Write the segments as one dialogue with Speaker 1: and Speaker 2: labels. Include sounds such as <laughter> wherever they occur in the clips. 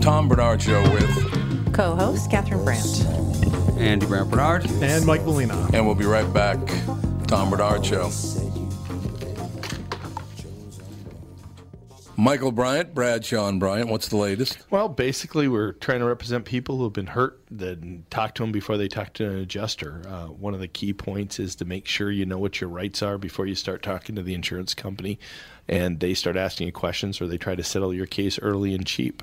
Speaker 1: Tom Bernard Show with,
Speaker 2: Co-host Catherine Brandt.
Speaker 3: Andy Brant Bernard.
Speaker 4: And
Speaker 2: Oh,
Speaker 4: Mike Molina.
Speaker 1: and we'll be right back. Tom Bernard Show. Michael Bryant, Brad Sean Bryant, what's the latest?
Speaker 5: Well, basically, we're trying to represent people who have been hurt, then talk to them before they talk to an adjuster. Uh, one of the key points is to make sure you know what your rights are before you start talking to the insurance company and they start asking you questions or they try to settle your case early and cheap.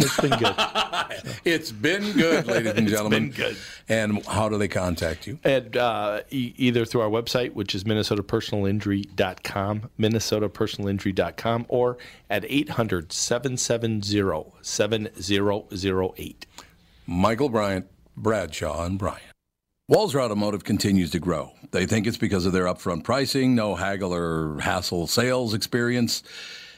Speaker 5: It's been good.
Speaker 1: It's been good,
Speaker 5: <laughs>
Speaker 1: ladies and gentlemen.
Speaker 5: been good.
Speaker 1: And how do they contact you?
Speaker 5: And uh, e- either through our website, which is minnesotapersonalinjury.com, minnesotapersonalinjury.com, or at 800-770-7008.
Speaker 1: Michael Bryant, Bradshaw, and Bryant. Walzer Automotive continues to grow. They think it's because of their upfront pricing, no haggle or hassle sales experience,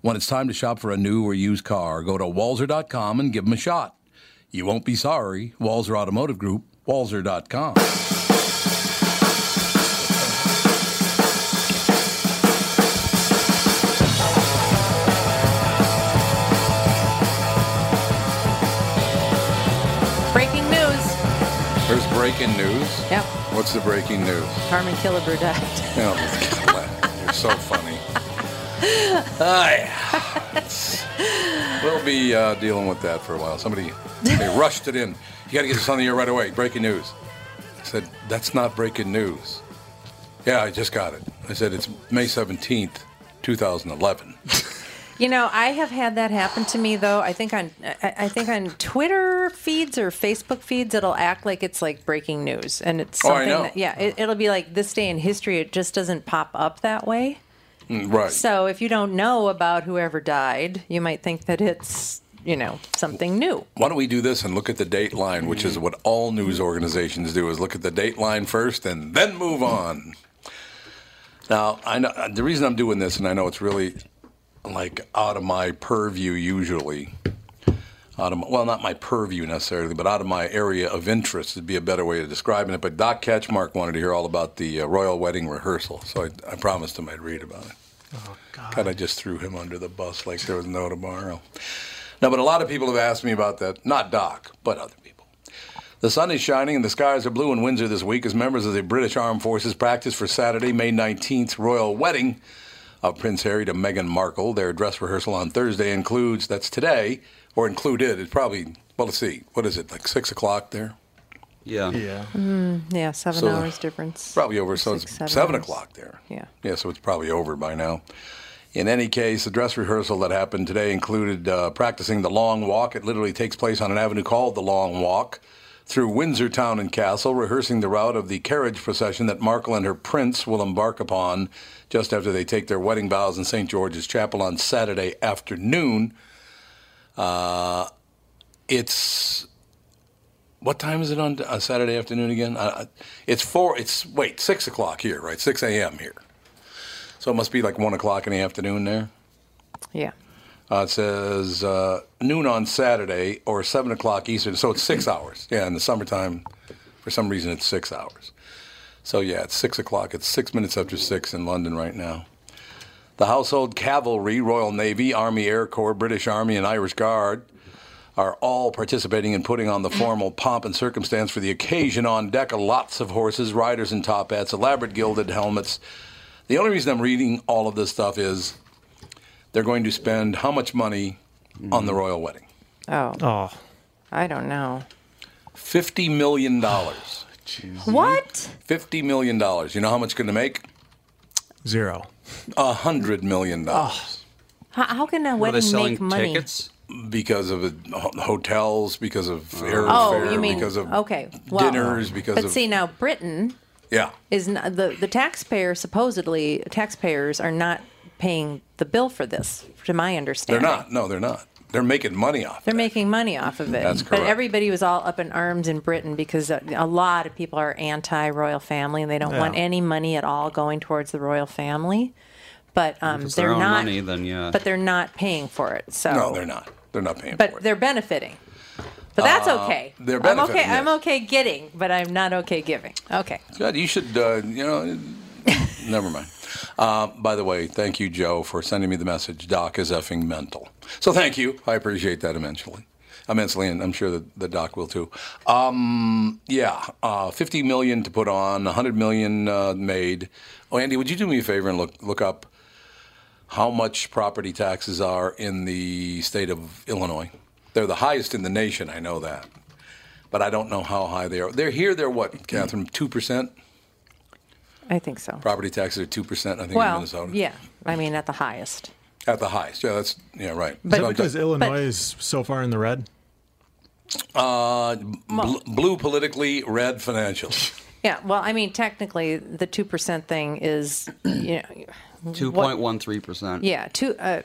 Speaker 1: When it's time to shop for a new or used car, go to walzer.com and give them a shot. You won't be sorry. Walzer Automotive Group, walzer.com.
Speaker 2: Breaking news.
Speaker 1: There's breaking news.
Speaker 2: Yep.
Speaker 1: What's the breaking news?
Speaker 2: Carmen Killebrew died.
Speaker 1: Oh, God, you're so funny. Hi. We'll be uh, dealing with that for a while. Somebody they rushed it in. You got to get this on the air right away. Breaking news. I said that's not breaking news. Yeah, I just got it. I said it's May seventeenth, two thousand <laughs> eleven.
Speaker 2: <laughs> You know, I have had that happen to me though. I think on I, I think on Twitter feeds or Facebook feeds, it'll act like it's like breaking news, and it's
Speaker 1: Oh, I
Speaker 2: something.
Speaker 1: know.
Speaker 2: That, yeah, it, it'll be like this day in history. It just doesn't pop up that way.
Speaker 1: Right.
Speaker 2: So if you don't know about whoever died, you might think that it's you know something new.
Speaker 1: Why don't we do this and look at the date line, which is what all news organizations do: is look at the date line first and then move on. Now, I know uh, the reason I'm doing this, and I know it's really like out of my purview usually. Out of my, well, not my purview necessarily, but out of my area of interest would be a better way of describing it. But Doc Ketchmark wanted to hear all about the uh, royal wedding rehearsal, so I, I promised him I'd read about it. God, I just threw him under the bus like there was no tomorrow. No, but a lot of people have asked me about that. Not Doc, but other people. The sun is shining and the skies are blue in Windsor this week as members of the British Armed Forces practice for Saturday, May 19th, royal wedding of Prince Harry to Meghan Markle. Their dress rehearsal on Thursday includes, that's today, or included, it's probably, well, let's see, what is it, like 6 o'clock there?
Speaker 3: Yeah.
Speaker 4: Yeah.
Speaker 2: Yeah, seven
Speaker 1: So-
Speaker 2: hours difference.
Speaker 1: Probably over, so it's
Speaker 2: Six, seven
Speaker 1: 7
Speaker 2: hours.
Speaker 1: o'clock there.
Speaker 2: Yeah.
Speaker 1: Yeah, so it's probably over by now. In any case, the dress rehearsal that happened today included uh, practicing the long walk. It literally takes place on an avenue called the Long Walk through Windsor Town and Castle, rehearsing the route of the carriage procession that Markle and her prince will embark upon just after they take their wedding vows in St. George's Chapel on Saturday afternoon. Uh, it's what time is it on uh, Saturday afternoon again? Uh, it's four. It's wait six o'clock here, right? Six a.m. here. So it must be like one o'clock in the afternoon there.
Speaker 2: Yeah.
Speaker 1: Uh, it says uh, noon on Saturday or seven o'clock Eastern. So it's six hours. Yeah, in the summertime, for some reason it's six hours. So yeah, it's six o'clock. It's six minutes after six in London right now. The Household Cavalry, Royal Navy, Army Air Corps, British Army, and Irish Guard are all participating in putting on the formal pomp and circumstance for the occasion on deck are lots of horses, riders in top hats, elaborate gilded helmets. The only reason I'm reading all of this stuff is they're going to spend how much money on
Speaker 2: Hmm.
Speaker 1: the royal wedding?
Speaker 2: Oh,
Speaker 4: Oh,
Speaker 2: I don't know.
Speaker 1: $50 million.
Speaker 2: <sighs>
Speaker 1: $50 Hmm?
Speaker 2: What?
Speaker 1: million. You know how much it's going to make?
Speaker 4: zero.
Speaker 1: $100 million.
Speaker 2: How, how can a
Speaker 3: Are they
Speaker 2: wedding
Speaker 3: selling
Speaker 2: make money?
Speaker 3: tickets?
Speaker 1: because of uh, ho- hotels, because of airfare,
Speaker 2: Oh, you mean
Speaker 1: because of
Speaker 2: okay? Well,
Speaker 1: dinners, because
Speaker 2: but
Speaker 1: of
Speaker 2: see now, Britain
Speaker 1: yeah,
Speaker 2: is not, the the taxpayer supposedly taxpayers are not paying the bill for this, to my
Speaker 1: they're
Speaker 2: understanding.
Speaker 1: not. No, they're not. They're making money off.
Speaker 2: They're
Speaker 1: it.
Speaker 2: making money off of it.
Speaker 1: That's
Speaker 2: But
Speaker 1: correct.
Speaker 2: everybody was all up in arms in Britain because a, a lot of people are anti royal family and they don't want
Speaker 4: Yeah.
Speaker 2: any money at all going towards the royal family. But um,
Speaker 3: It's
Speaker 2: they're
Speaker 3: their own
Speaker 2: not.
Speaker 3: money, then yeah.
Speaker 2: But they're not paying for it. So
Speaker 1: no, they're not. They're not paying for
Speaker 2: But
Speaker 1: it.
Speaker 2: they're benefiting. But that's okay.
Speaker 1: Uh, they're
Speaker 2: I'm okay.
Speaker 1: benefiting,
Speaker 2: I'm
Speaker 1: yes.
Speaker 2: okay getting, but I'm not okay giving. Okay.
Speaker 1: God, you should. Uh, you know, <laughs> never mind. Uh, by the way, thank you, Joe, for sending me the message. Doc is effing mental. So thank you. I appreciate that immensely. Immensely, and I'm sure that the doc will too. Um, yeah, uh, 50 million to put on, 100 million uh, made. Oh, Andy, would you do me a favor and look look up how much property taxes are in the state of Illinois? They're the highest in the nation. I know that, but I don't know how high they are. They're here. They're what, Catherine? Two percent
Speaker 2: I think so.
Speaker 1: property taxes are two percent. I think in
Speaker 2: well,
Speaker 1: Minnesota.
Speaker 2: yeah. I mean, at the highest.
Speaker 1: At the highest. Yeah, that's yeah, right.
Speaker 2: But-
Speaker 4: Is that
Speaker 1: So,
Speaker 4: because
Speaker 1: uh,
Speaker 4: Illinois is so far in the red?
Speaker 1: uh, bl- blue politically, red financially.
Speaker 2: Yeah. Well, I mean, technically, the two percent thing is, <clears throat> you know,
Speaker 3: Two point one three percent.
Speaker 2: Yeah, two. Uh,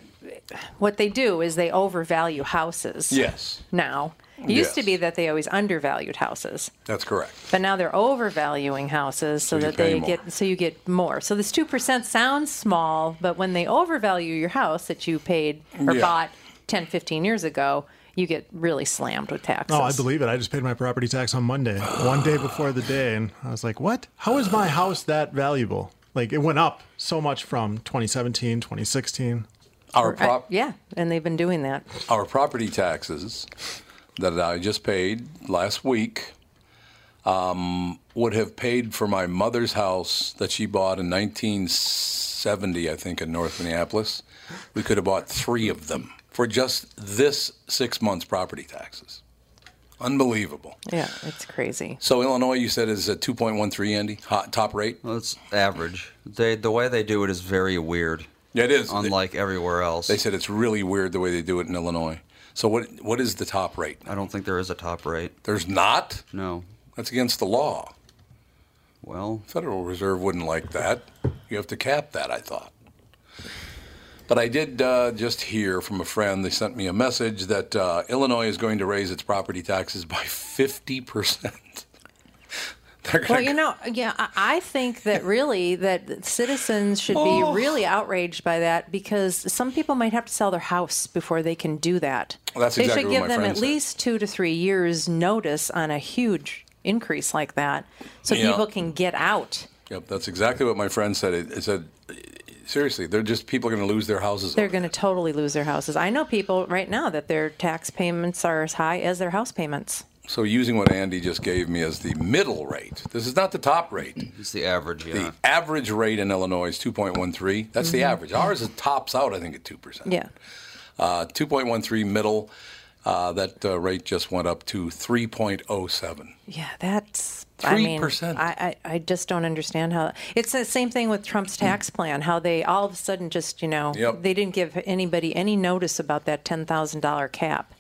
Speaker 2: what they do is they overvalue houses.
Speaker 1: Yes,
Speaker 2: Now, it used
Speaker 1: Yes.
Speaker 2: to be that they always undervalued houses,
Speaker 1: that's correct.
Speaker 2: but now they're overvaluing houses so,
Speaker 1: So you
Speaker 2: that
Speaker 1: pay
Speaker 2: they
Speaker 1: more.
Speaker 2: get so you get more. So this two percent sounds small, but when they overvalue your house that you paid or
Speaker 1: Yeah.
Speaker 2: bought 10, 15 years ago, you get really slammed with taxes.
Speaker 4: Oh, I believe it. I just paid my property tax on Monday, one day before the day, and I was like, "What? How is my house that valuable? Like it went up so much from 2017, 2016."
Speaker 1: Our
Speaker 2: I-
Speaker 1: prop,
Speaker 2: yeah, and they've been doing that.
Speaker 1: our property taxes that I just paid last week um, would have paid for my mother's house that she bought in 1970, I think, in North Minneapolis. We could have bought three of them for just this six months' property taxes. Unbelievable.
Speaker 2: Yeah, it's crazy.
Speaker 1: So Illinois, you said is a 2.13, Andy, hot, top rate.
Speaker 3: Well, it's average. They the way they do it is very weird,
Speaker 1: Yeah, it is.
Speaker 3: unlike everywhere else.
Speaker 1: they said it's really weird the way they do it in Illinois. So what what is the top rate?
Speaker 3: I don't think there is a top rate.
Speaker 1: There's not.
Speaker 3: No.
Speaker 1: That's against the law.
Speaker 3: Well,
Speaker 1: Federal Reserve wouldn't like that. You have to cap that, I thought. But I did uh, just hear from a friend. They sent me a message that uh, Illinois is going to raise its property taxes by fifty percent. <laughs>
Speaker 2: Well, you know, yeah, I- I think that really that citizens should
Speaker 1: Oh.
Speaker 2: be really outraged by that because some people might have to sell their house before they can do that.
Speaker 1: Well, that's
Speaker 2: they
Speaker 1: exactly
Speaker 2: should
Speaker 1: what
Speaker 2: give
Speaker 1: my
Speaker 2: them
Speaker 1: friend
Speaker 2: at
Speaker 1: said.
Speaker 2: least two to three years notice on a huge increase like that, so
Speaker 1: Yeah.
Speaker 2: people can get out.
Speaker 1: Yep, that's exactly what my friend said. It, it said, seriously, they're just people are going to lose their houses.
Speaker 2: They're
Speaker 1: over
Speaker 2: going to totally lose their houses. I know people right now that their tax payments are as high as their house payments.
Speaker 1: So using what Andy just gave me as the middle rate, this is not the top rate.
Speaker 2: Mm-hmm.
Speaker 3: it's the average. Yeah.
Speaker 1: The average rate in Illinois is 2.13. That's the average. Ours is tops out, I think, at 2%.
Speaker 2: Mm-hmm. Yeah.
Speaker 1: Uh, 2.13 middle. Uh, that uh, rate just went up to 3.07.
Speaker 2: Yeah, that's I mean,
Speaker 1: 3%.
Speaker 2: I, I I just don't understand how it's the same thing with Trump's tax plan. How they all of a sudden just you know
Speaker 1: Hmm. Yep.
Speaker 2: they didn't give anybody any notice about that ten thousand dollar cap.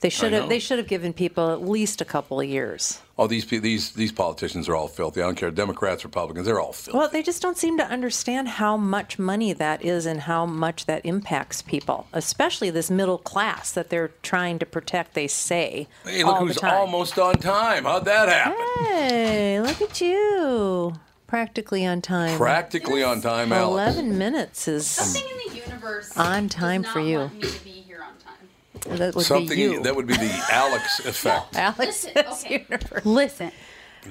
Speaker 2: They should
Speaker 1: know.
Speaker 2: have they should have given people at least a couple of years.
Speaker 1: Oh, these pe- these these politicians are all filthy. I don't care, Democrats, Republicans, they're all filthy.
Speaker 2: Well, they just don't seem to understand how much money that is and how much that impacts people, especially this middle class that they're trying to protect. They say
Speaker 1: hey, look
Speaker 2: all
Speaker 1: who's
Speaker 2: the time. Mm.
Speaker 1: almost on time. How'd that happen?
Speaker 2: Hey, look at you. Practically on time.
Speaker 1: Practically on time, Alex.
Speaker 2: 11 minutes is
Speaker 6: Something in the universe
Speaker 2: On time
Speaker 6: does
Speaker 2: for
Speaker 6: not
Speaker 2: you.
Speaker 6: Want me to be here on time.
Speaker 2: that would
Speaker 1: Something
Speaker 2: be you. <laughs>
Speaker 1: that would be the Alex effect.
Speaker 2: Alex's
Speaker 6: Listen, okay.
Speaker 2: universe.
Speaker 6: Listen.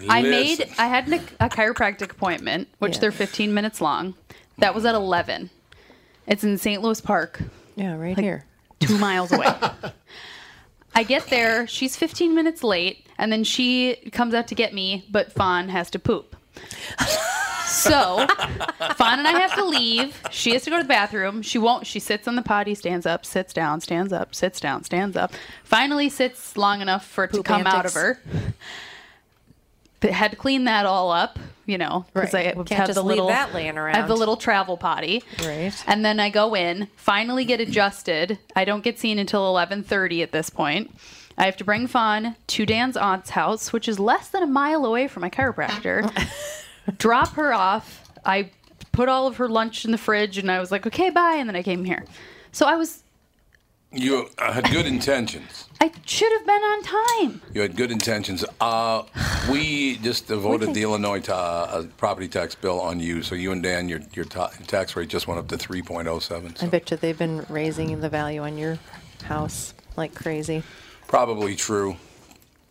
Speaker 6: I made.
Speaker 1: Listen.
Speaker 6: I had an, a chiropractic appointment, which
Speaker 2: Yeah.
Speaker 6: they're 15 minutes long. That was at 11. It's in St. Louis Park,
Speaker 2: Yeah, right here.
Speaker 6: two miles away. I get there. She's 15 minutes late, and then she comes out to get me, but Fawn has to poop. So, Fawn and I have to leave. She has to go to the bathroom. She won't. She sits on the potty, stands up, sits down, stands up, sits down, stands up. Finally, sits long enough for it to
Speaker 2: Poop
Speaker 6: come out
Speaker 2: antics.
Speaker 6: of her. But had to clean that all up, you know, because
Speaker 2: Right.
Speaker 6: I have
Speaker 2: Can't
Speaker 6: the
Speaker 2: just leave
Speaker 6: little
Speaker 2: that laying
Speaker 6: I have the
Speaker 2: around.
Speaker 6: little travel potty,
Speaker 2: Right.
Speaker 6: And then I go in, finally get adjusted. I don't get seen until eleven thirty at this point. I have to bring Fawn to Dan's aunt's house, which is less than a mile away from my <laughs> chiropractor drop her off. I put all of her lunch in the fridge and I was like, okay, bye. And then I came here. So I was,
Speaker 1: You uh, had good intentions.
Speaker 6: I should have been on time.
Speaker 1: You had good intentions. Uh, we just voted the Illinois ta- uh, property tax bill on you, so you and Dan, your your ta- tax rate just went up to 3.07.
Speaker 2: I
Speaker 1: So
Speaker 2: bet you they've been raising the value on your house like crazy.
Speaker 1: probably true.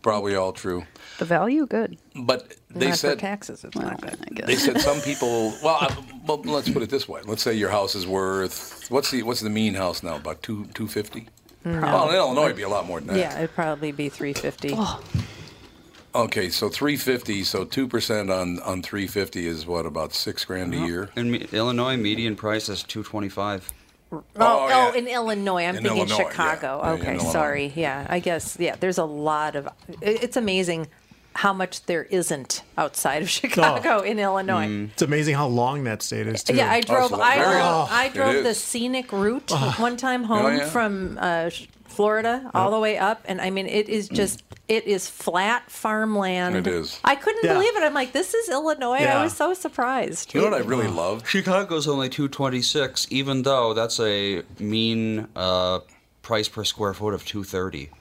Speaker 1: Probably all true.
Speaker 6: The value, good.
Speaker 1: But they
Speaker 2: not
Speaker 1: said
Speaker 2: for taxes. It's
Speaker 6: Well,
Speaker 2: not good.
Speaker 6: I
Speaker 1: they
Speaker 2: <laughs>
Speaker 6: guess.
Speaker 1: said some people. Well, I, well, let's put it this way. Let's say your house is worth what's the what's the mean house now? About two two fifty. Well, in Illinois, it'd be a lot more than that.
Speaker 2: Mm. Yeah, it'd probably be three fifty.
Speaker 1: Okay, so three fifty. So two percent on on three fifty is what about six grand
Speaker 2: Uh-huh.
Speaker 1: a year?
Speaker 3: In me- Illinois, median price is 225.
Speaker 2: Oh,
Speaker 1: Oh,
Speaker 2: oh,
Speaker 1: yeah.
Speaker 2: in Illinois. I'm
Speaker 1: In
Speaker 2: thinking
Speaker 1: Illinois, yeah.
Speaker 2: Chicago.
Speaker 1: Yeah, in
Speaker 2: okay,
Speaker 1: Illinois.
Speaker 2: sorry. Yeah, I guess. Yeah, there's a lot of. it- It's amazing how much there isn't outside
Speaker 1: Oh.
Speaker 2: of <laughs> Chicago in Illinois.
Speaker 1: Mm.
Speaker 4: It's amazing how long that state is, too.
Speaker 2: Yeah, I drove.
Speaker 1: so
Speaker 2: I
Speaker 1: there
Speaker 2: drove,
Speaker 1: it is.
Speaker 2: I
Speaker 1: It
Speaker 2: drove the
Speaker 1: is.
Speaker 2: scenic route one time
Speaker 3: Oh,
Speaker 2: home
Speaker 1: yeah.
Speaker 2: from uh, sh- Florida all the way up, and I mean, it is
Speaker 3: Mm.
Speaker 2: just it is flat farmland.
Speaker 1: It is.
Speaker 2: I couldn't
Speaker 4: Yeah.
Speaker 2: believe it. I'm like, this is Illinois. I
Speaker 4: Yeah.
Speaker 2: was so surprised.
Speaker 1: You know what I really love?
Speaker 3: Chicago's only 226, even though that's a mean uh, price per square foot of 230.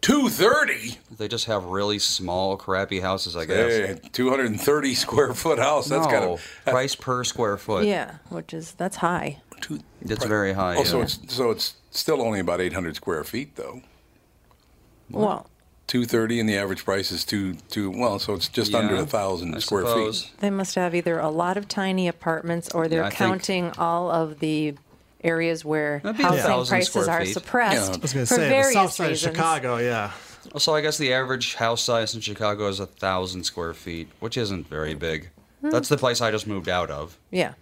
Speaker 1: Two thirty.
Speaker 3: They just have really small, crappy houses, I guess.
Speaker 1: Hey, Eh, two hundred and thirty <laughs> square foot house. That's
Speaker 3: no,
Speaker 1: kind of <laughs>
Speaker 3: price per square foot.
Speaker 2: Yeah, which is that's high.
Speaker 1: two,
Speaker 3: It's very high.
Speaker 1: Oh, so
Speaker 3: yeah.
Speaker 1: it's so it's still only about eight hundred square feet though.
Speaker 2: Well,
Speaker 1: Two thirty, and the average price is two two. Well, so it's just
Speaker 3: Yeah,
Speaker 1: under a
Speaker 3: I
Speaker 1: thousand square
Speaker 3: suppose.
Speaker 1: feet.
Speaker 2: they must have either a lot of tiny apartments or they're
Speaker 3: Yeah, I think-
Speaker 2: counting all of the areas where
Speaker 3: That'd be a
Speaker 2: housing
Speaker 3: thousand
Speaker 2: prices
Speaker 3: square
Speaker 2: are
Speaker 3: feet.
Speaker 2: suppressed
Speaker 1: Yeah. I
Speaker 4: was going
Speaker 2: for
Speaker 4: to say, the
Speaker 2: various
Speaker 4: south side
Speaker 2: reasons.
Speaker 4: of Chicago, yeah.
Speaker 3: So I guess the average house size in Chicago is a thousand square feet, which isn't very big.
Speaker 2: Hmm.
Speaker 3: That's the place I just moved out of.
Speaker 2: Yeah,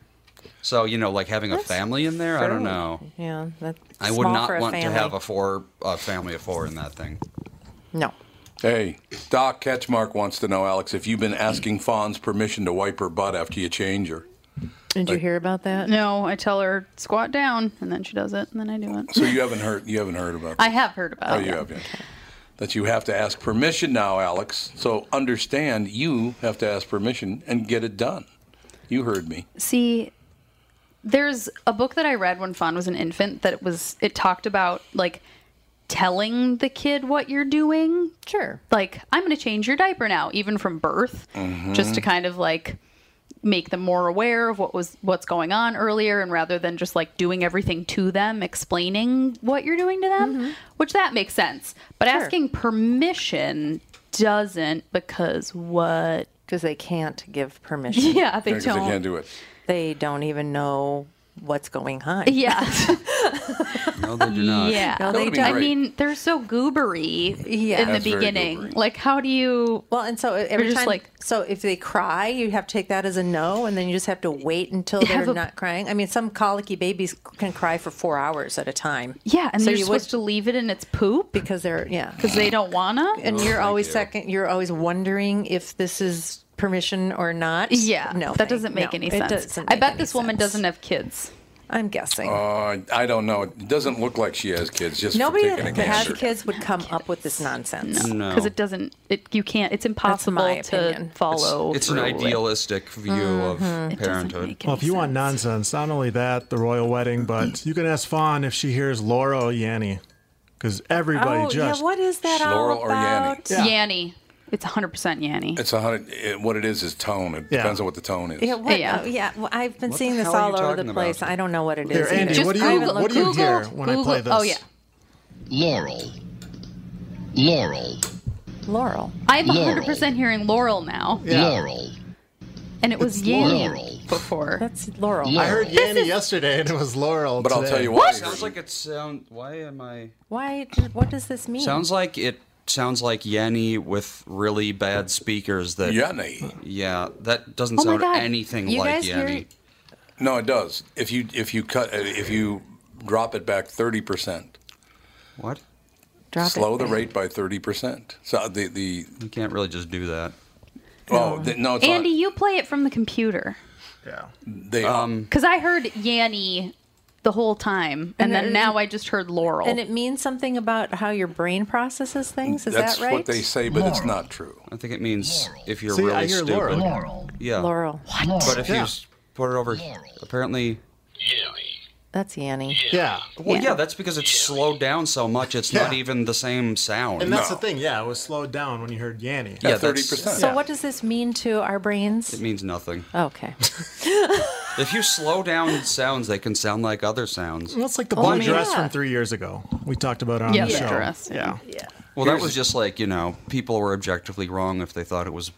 Speaker 3: So you know, like having a family in there, I don't
Speaker 2: fairly-
Speaker 3: know.
Speaker 2: yeah. That's
Speaker 3: I would
Speaker 2: small
Speaker 3: not
Speaker 2: for a
Speaker 3: want to
Speaker 2: family.
Speaker 3: have a four a family of four in that thing.
Speaker 2: no.
Speaker 1: Hey, Doc Ketchmark wants to know, Alex, if you've been asking Fawn's permission to wipe her butt after you change her.
Speaker 2: Did you hear about that?
Speaker 6: No, I tell her squat down and then she does it and then I do it.
Speaker 1: So you haven't heard you haven't heard about.
Speaker 6: I
Speaker 1: That.
Speaker 6: have heard about
Speaker 1: Oh,
Speaker 6: it.
Speaker 1: you have, yeah. That you have to ask permission now, Alex. So understand, you have to ask permission and get it done. You heard me.
Speaker 6: See, there's a book that I read when Fawn was an infant that it was it talked about like telling the kid what you're doing
Speaker 2: Sure.
Speaker 6: like i'm going to change your diaper now even from birth
Speaker 1: Mm-hmm.
Speaker 6: just to kind of like make them more aware of what was what's going on earlier and rather than just like doing everything to them explaining what you're doing to them which that makes sense but asking permission doesn't because what
Speaker 2: Because they can't give permission.
Speaker 6: <laughs> yeah they
Speaker 1: Because
Speaker 6: don't
Speaker 1: I can't do it.
Speaker 2: They don't even know what's going on.
Speaker 6: yeah
Speaker 3: No,
Speaker 2: <laughs>
Speaker 3: they do not.
Speaker 6: yeah
Speaker 2: No, they
Speaker 1: would've been
Speaker 6: i
Speaker 1: great.
Speaker 6: mean they're so goobery
Speaker 2: Yeah.
Speaker 6: in the
Speaker 1: That's very
Speaker 6: beginning
Speaker 1: goobery.
Speaker 6: like how do you
Speaker 2: Well, and so e, every
Speaker 6: just
Speaker 2: time,
Speaker 6: like-
Speaker 2: so if they cry, you have to take that as a no, and then you just have to wait until they're
Speaker 6: Have a-
Speaker 2: not crying. I mean, some colicky babies can cry for four hours at a time.
Speaker 6: yeah and
Speaker 2: so
Speaker 6: they're
Speaker 2: you
Speaker 6: supposed
Speaker 2: would
Speaker 6: to leave it in its poop
Speaker 2: because they're yeah,
Speaker 6: because they don't wanna
Speaker 2: <laughs> and you're always
Speaker 3: you.
Speaker 2: second. You're always wondering if this is permission or not.
Speaker 6: Yeah,
Speaker 2: no,
Speaker 6: that
Speaker 2: thank-
Speaker 6: doesn't make
Speaker 2: no,
Speaker 6: any
Speaker 2: it
Speaker 6: sense.
Speaker 2: doesn't
Speaker 6: I
Speaker 2: make
Speaker 6: bet
Speaker 2: any
Speaker 6: this woman
Speaker 2: sense.
Speaker 6: doesn't have kids.
Speaker 2: I'm guessing.
Speaker 1: Uh, I don't know. It doesn't look like she has kids. Just
Speaker 2: Nobody
Speaker 1: for taking a
Speaker 2: that has
Speaker 1: gander.
Speaker 2: kids would come up with this nonsense.
Speaker 3: No.
Speaker 6: because it doesn't. It you can't. It's impossible to
Speaker 2: opinion.
Speaker 6: follow.
Speaker 3: It's an
Speaker 6: through with.
Speaker 3: idealistic view of
Speaker 2: Mm-hmm.
Speaker 6: It doesn't
Speaker 3: parenthood.
Speaker 6: make
Speaker 4: Well,
Speaker 6: any
Speaker 4: if you want
Speaker 6: sense.
Speaker 4: nonsense, not only that, the royal wedding, but you can ask Fawn if she hears Laura or Yanni, because everybody
Speaker 2: Oh
Speaker 4: just
Speaker 2: yeah, what is that
Speaker 1: Laurel
Speaker 2: all
Speaker 1: or Yanni?
Speaker 2: about?
Speaker 4: Yeah.
Speaker 6: Yanny, it's 100 percent Yanny.
Speaker 1: It's a hundred. It, what it is is tone. It
Speaker 4: Yeah.
Speaker 1: depends on what the tone is.
Speaker 2: Yeah, what,
Speaker 6: Yeah.
Speaker 2: yeah. yeah well, I've been
Speaker 3: What
Speaker 2: seeing
Speaker 3: the
Speaker 2: this
Speaker 3: hell
Speaker 2: all
Speaker 3: are you
Speaker 2: over the
Speaker 3: talking
Speaker 2: place.
Speaker 3: about?
Speaker 2: I don't know what it is.
Speaker 4: Here,
Speaker 2: either.
Speaker 4: Andy,
Speaker 6: Just
Speaker 4: what do you
Speaker 6: Google-
Speaker 4: what do you
Speaker 6: Google-
Speaker 4: hear when I play this?
Speaker 6: Google- oh, yeah.
Speaker 7: Laurel. Laurel.
Speaker 2: Laurel.
Speaker 6: I'm 100 percent hearing Laurel now.
Speaker 4: Yeah.
Speaker 7: Laurel.
Speaker 6: and it was Yanny before.
Speaker 2: That's Laurel.
Speaker 4: I heard Yanny yesterday, and it was Laurel.
Speaker 1: But I'll
Speaker 4: today.
Speaker 1: tell you what.
Speaker 3: Sounds like it sound. Why am I?
Speaker 2: Why? What does this mean?
Speaker 3: Sounds like it sounds like Yanny with really bad speakers. That
Speaker 1: Yanni.
Speaker 3: Yeah, that doesn't
Speaker 2: Oh my
Speaker 3: sound
Speaker 2: God.
Speaker 3: anything
Speaker 2: You
Speaker 3: like
Speaker 2: guys hear-
Speaker 3: Yanny.
Speaker 1: No, it does. If you if you cut if you drop it back thirty percent,
Speaker 3: What?
Speaker 2: Drop it.
Speaker 1: slow the rate by thirty percent. So the the
Speaker 3: You can't really just do that.
Speaker 1: oh the, no, it's
Speaker 6: Andy, you play it from the computer
Speaker 4: Yeah.
Speaker 1: not, they
Speaker 3: Um,
Speaker 6: because I heard Yanny the whole time, and,
Speaker 2: And
Speaker 6: then
Speaker 2: it-
Speaker 6: now I just heard Laurel.
Speaker 2: And it means something about how your brain processes things. Is
Speaker 1: that's
Speaker 2: that right?
Speaker 1: what they say, but it's not true.
Speaker 3: I think it means if you're
Speaker 4: See,
Speaker 3: really
Speaker 4: I hear
Speaker 3: stupid.
Speaker 4: Laurel.
Speaker 7: Laurel.
Speaker 3: Yeah.
Speaker 2: Laurel. What?
Speaker 3: But if you
Speaker 4: Yeah.
Speaker 3: s- put it over, apparently.
Speaker 2: That's Yanny.
Speaker 4: Yeah.
Speaker 3: Well,
Speaker 6: Yeah.
Speaker 3: yeah. that's because it's slowed down so much. It's not
Speaker 4: Yeah.
Speaker 3: even the same sound.
Speaker 4: And that's
Speaker 1: No.
Speaker 4: the thing. Yeah, it was slowed down when you heard Yanny.
Speaker 3: yeah,
Speaker 1: thirty
Speaker 3: that's-
Speaker 1: percent.
Speaker 2: So what does this mean to our brains?
Speaker 3: It means nothing.
Speaker 2: Okay.
Speaker 3: If you slow down sounds, they can sound like other sounds.
Speaker 4: Well, it's like the
Speaker 2: Oh,
Speaker 4: blue
Speaker 2: I mean,
Speaker 4: dress
Speaker 2: yeah.
Speaker 4: from three years ago. We talked about it on
Speaker 6: Yeah,
Speaker 4: the
Speaker 6: the
Speaker 4: show.
Speaker 6: dress.
Speaker 4: Yeah.
Speaker 3: Well, that was just like, you know, people were objectively wrong if they thought it was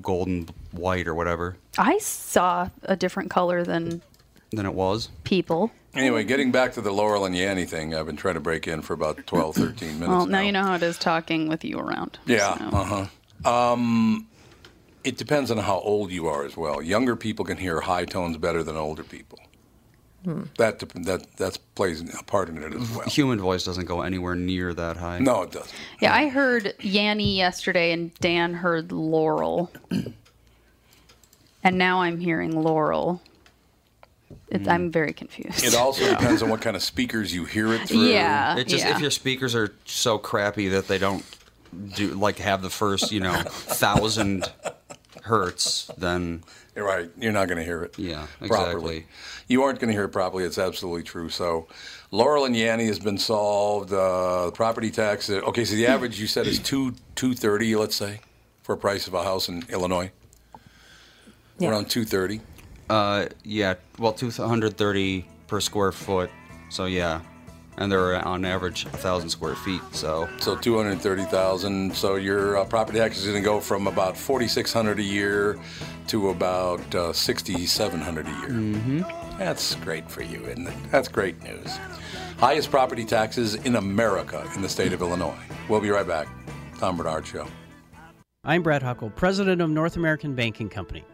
Speaker 3: golden white or whatever
Speaker 6: I saw a different color than
Speaker 3: than it was.
Speaker 6: people.
Speaker 1: Anyway, getting back to the Laurel and Yanny thing, I've been trying to break in for about 12, 13 minutes.
Speaker 6: Well, now you know how it is talking with you around.
Speaker 1: Yeah.
Speaker 6: so.
Speaker 1: Uh huh. Um, it depends on how old you are as well. Younger people can hear high tones better than older people.
Speaker 6: Hmm.
Speaker 1: That dep- that that plays a part in it
Speaker 6: <laughs>
Speaker 1: as well.
Speaker 3: Human voice doesn't go anywhere near that high.
Speaker 1: No, it doesn't.
Speaker 6: Yeah, I heard Yanny yesterday and Dan heard Laurel. and now I'm hearing Laurel. It, I'm very confused.
Speaker 1: Hmm. It also depends on what kind of speakers you hear it through.
Speaker 6: <laughs> yeah.
Speaker 3: It just
Speaker 6: Uh, yeah.
Speaker 3: if your speakers are so crappy that they don't do like have the first,
Speaker 6: <laughs>
Speaker 3: you know, 1000 hertz, then
Speaker 1: You're right. You're not going to hear it.
Speaker 3: Yeah,
Speaker 1: Properly.
Speaker 3: exactly.
Speaker 1: You aren't going to hear it properly. It's absolutely true. So, Laurel and Yanny has been solved. Uh, property tax. uh, Okay,
Speaker 3: <clears throat>
Speaker 1: so the average you said is two two thirty. Let's say for a price of a house in Illinois,
Speaker 2: Yeah.
Speaker 1: around two thirty.
Speaker 3: uh yeah, well 230 per square foot. So yeah. And they're on average 1000 square feet, so
Speaker 1: So two hundred thirty thousand. So your uh, property tax is going to go from about forty six hundred a year to about uh, sixty seven hundred a year. Mm-hmm. That's great for you, isn't it? That's great news. Highest property taxes in America in the state of Illinois. We'll be right back. Tom Bernard Show.
Speaker 8: I'm Brad Huckle, president of North American Banking Company.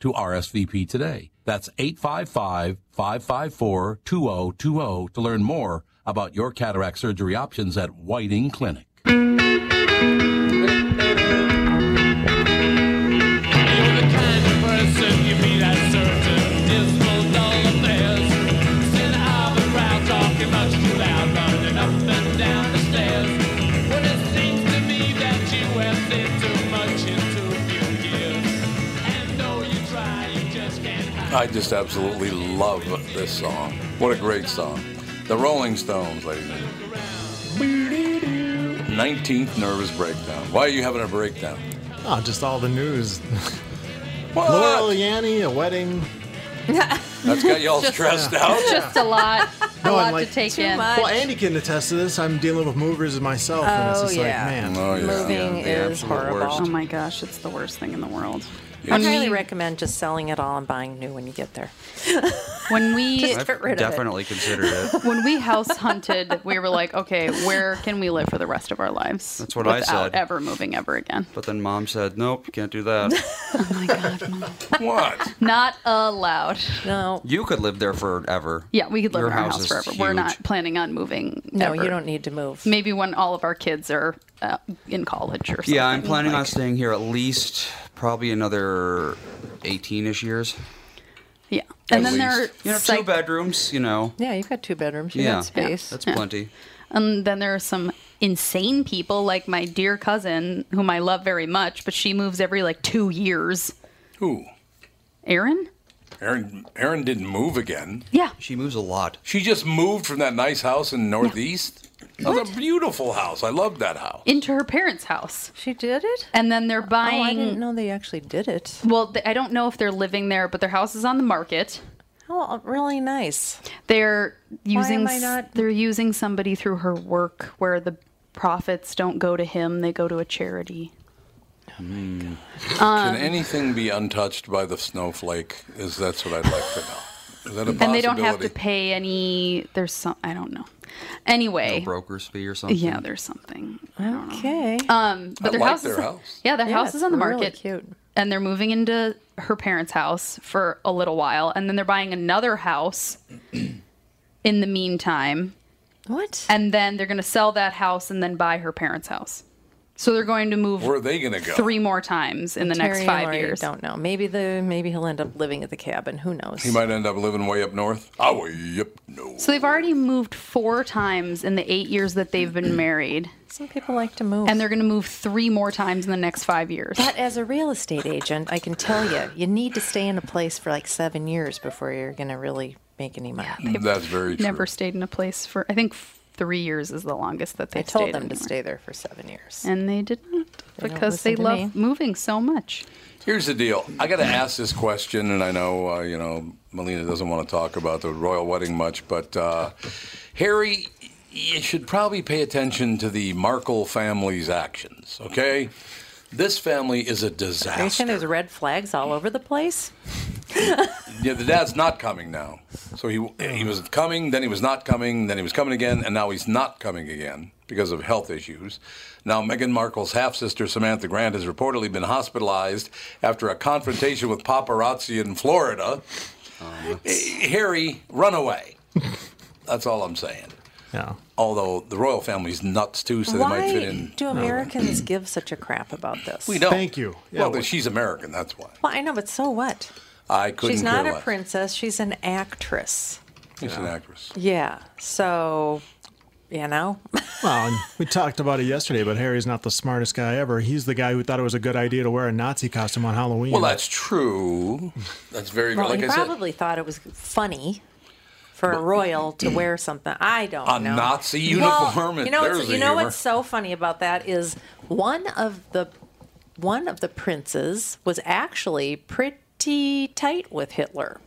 Speaker 9: to RSVP today. That's 855 554 2020 to learn more about your cataract surgery options at Whiting Clinic.
Speaker 1: I just absolutely love this song. What a great song. The Rolling Stones, ladies and gentlemen. 19th nervous breakdown. Why are you having a breakdown?
Speaker 4: Ah, <laughs> Oh, just all the news.
Speaker 1: What?
Speaker 4: Laurel, Yanny, a wedding.
Speaker 1: That's got
Speaker 6: <laughs>
Speaker 1: you all stressed out.
Speaker 6: It's <laughs> just a lot, a
Speaker 4: No, I'm
Speaker 6: lot
Speaker 4: like-
Speaker 6: to take
Speaker 2: Too
Speaker 6: in.
Speaker 2: much.
Speaker 4: Well, Andy can attest to this. I'm dealing with movers myself, and it's
Speaker 2: Oh,
Speaker 4: just
Speaker 2: yeah.
Speaker 4: like, man,
Speaker 1: Oh, yeah.
Speaker 2: Moving
Speaker 1: Yeah, the
Speaker 2: is
Speaker 1: absolute
Speaker 2: horrible.
Speaker 6: Oh my gosh, it's the worst thing in the world.
Speaker 2: I highly recommend just selling it all and buying new when you get there.
Speaker 6: When we
Speaker 2: Just get rid of it.
Speaker 3: definitely considered
Speaker 6: <laughs>
Speaker 3: it.
Speaker 6: when we house hunted, we were like, okay, where can we live for the rest of our lives?
Speaker 3: That's what I
Speaker 6: without
Speaker 3: said.
Speaker 6: ever moving ever again.
Speaker 3: But then mom said, nope, you can't do
Speaker 6: <laughs>
Speaker 3: that.
Speaker 6: Oh my god, Mom.
Speaker 1: What?
Speaker 6: not allowed.
Speaker 2: No,
Speaker 3: You could live there forever.
Speaker 6: Yeah, we could live
Speaker 3: Your
Speaker 6: in our house
Speaker 3: is
Speaker 6: forever. We're
Speaker 3: huge.
Speaker 6: not planning on moving.
Speaker 2: no,
Speaker 6: ever.
Speaker 2: you don't need to move.
Speaker 6: Maybe when all of our kids are uh, in college or something.
Speaker 3: Yeah, I'm planning on
Speaker 6: like-
Speaker 3: staying here at least probably another 18 ish years.
Speaker 6: Yeah, and
Speaker 3: at
Speaker 6: then there are
Speaker 3: least. you know two
Speaker 6: psych-
Speaker 3: bedrooms. You know,
Speaker 2: Yeah, you've got two bedrooms. You've
Speaker 3: yeah,
Speaker 2: got space.
Speaker 3: that's
Speaker 6: Yeah.
Speaker 3: plenty.
Speaker 6: And then there are some insane people like my dear cousin, whom I love very much, but she moves every like two years.
Speaker 1: Who?
Speaker 6: Erin?
Speaker 1: Aaron. Aaron didn't move again.
Speaker 6: Yeah.
Speaker 3: She moves a lot.
Speaker 1: She just moved from that nice house in Northeast. That was a beautiful house. I loved that house.
Speaker 6: Into her parents' house.
Speaker 2: She did it?
Speaker 6: And then they're
Speaker 2: Oh, I
Speaker 6: buying.
Speaker 2: didn't know they actually did it.
Speaker 6: well, th- I don't know if they're living there, but their house is on the market.
Speaker 2: Oh, really nice.
Speaker 6: They're using.
Speaker 2: am I
Speaker 6: s-
Speaker 2: not-
Speaker 6: They're using somebody through her work, where the profits don't go to him; they go to a charity. Um,
Speaker 1: Can anything be untouched by the snowflake? Is that's what I'd like to know. Is that a possibility?
Speaker 6: And they don't have to pay any. There's some. I don't know. Anyway.
Speaker 3: Broker's fee or something.
Speaker 6: yeah, there's something. I don't know.
Speaker 2: Okay.
Speaker 6: Um, but
Speaker 1: I
Speaker 6: their
Speaker 1: like
Speaker 6: house
Speaker 1: their
Speaker 6: is
Speaker 1: house.
Speaker 6: yeah, their
Speaker 2: Yeah,
Speaker 6: house is on the
Speaker 2: it's really
Speaker 6: market.
Speaker 2: cute.
Speaker 6: And they're moving into her parents' house for a little while, and then they're buying
Speaker 1: <clears throat>
Speaker 6: another house in the meantime,
Speaker 2: what?
Speaker 6: and then they're going to sell that house and then buy her parents' house. So they're going to move
Speaker 1: Where are they going to go?
Speaker 6: three more times in the
Speaker 2: Terry
Speaker 6: next
Speaker 2: and
Speaker 6: five
Speaker 2: Lori
Speaker 6: years.
Speaker 2: Don't know. Maybe the maybe he'll end up living at the cabin. Who knows?
Speaker 1: He might end up living way up north. Oh, yep, no.
Speaker 6: So they've already moved four times in the eight years that they've been married,
Speaker 2: Some people like to move.
Speaker 6: and they're going to move three more times in the next five years.
Speaker 2: but as a real estate agent, I can tell you, you need to stay in a place for like seven years before you're going to really make any money.
Speaker 1: That's very true.
Speaker 6: never stayed in a place for I think f- three years is the longest that they
Speaker 2: I told
Speaker 6: stayed
Speaker 2: them to
Speaker 6: anywhere.
Speaker 2: stay there for seven years.
Speaker 6: and they didn't
Speaker 2: They don't
Speaker 6: because they
Speaker 2: listen to
Speaker 6: love
Speaker 2: me.
Speaker 6: moving so much.
Speaker 1: Here's the deal. I got to ask this question, and I know uh, you know Melina doesn't want to talk about the royal wedding much, but uh, Harry, you should probably pay attention to the Markle family's actions. Okay, this family is a
Speaker 2: Are you saying
Speaker 1: disaster.
Speaker 2: there's red flags all over the place?
Speaker 1: Yeah, the dad's not coming now. So he he was coming, then he was not coming, then he was coming again, and now he's not coming again because of health issues. Now Meghan Markle's half sister Samantha Grant has reportedly been hospitalized after a confrontation with paparazzi in Florida. Eh, Harry, run away. That's all I'm saying.
Speaker 4: yeah.
Speaker 1: Although the royal family's nuts too, so they might fit
Speaker 2: Why
Speaker 1: in.
Speaker 2: do Americans give such a crap about this?
Speaker 1: We don't.
Speaker 4: Thank you. Yeah,
Speaker 1: well,
Speaker 4: well-
Speaker 1: she's American. That's why.
Speaker 2: Well, I know, but so what?
Speaker 1: I couldn't.
Speaker 2: She's not
Speaker 1: care
Speaker 2: a
Speaker 1: less.
Speaker 2: princess. She's an actress.
Speaker 1: She's an actress.
Speaker 2: Yeah. So, you know,
Speaker 4: Well, and we talked about it yesterday, but Harry's not the smartest guy ever. He's the guy who thought it was a good idea to wear a Nazi costume on Halloween.
Speaker 1: Well, that's true. That's very
Speaker 2: <laughs> well,
Speaker 1: like
Speaker 2: he
Speaker 1: I said.
Speaker 2: probably thought it was funny for a royal
Speaker 1: <clears throat>
Speaker 2: to wear something. I don't
Speaker 1: A
Speaker 2: know.
Speaker 1: Nazi uniform,
Speaker 2: Well, you know,
Speaker 1: there's
Speaker 2: what's,
Speaker 1: the
Speaker 2: you know
Speaker 1: humor.
Speaker 2: what's so funny about that is one of the one of the princes was actually pretty tight with Hitler.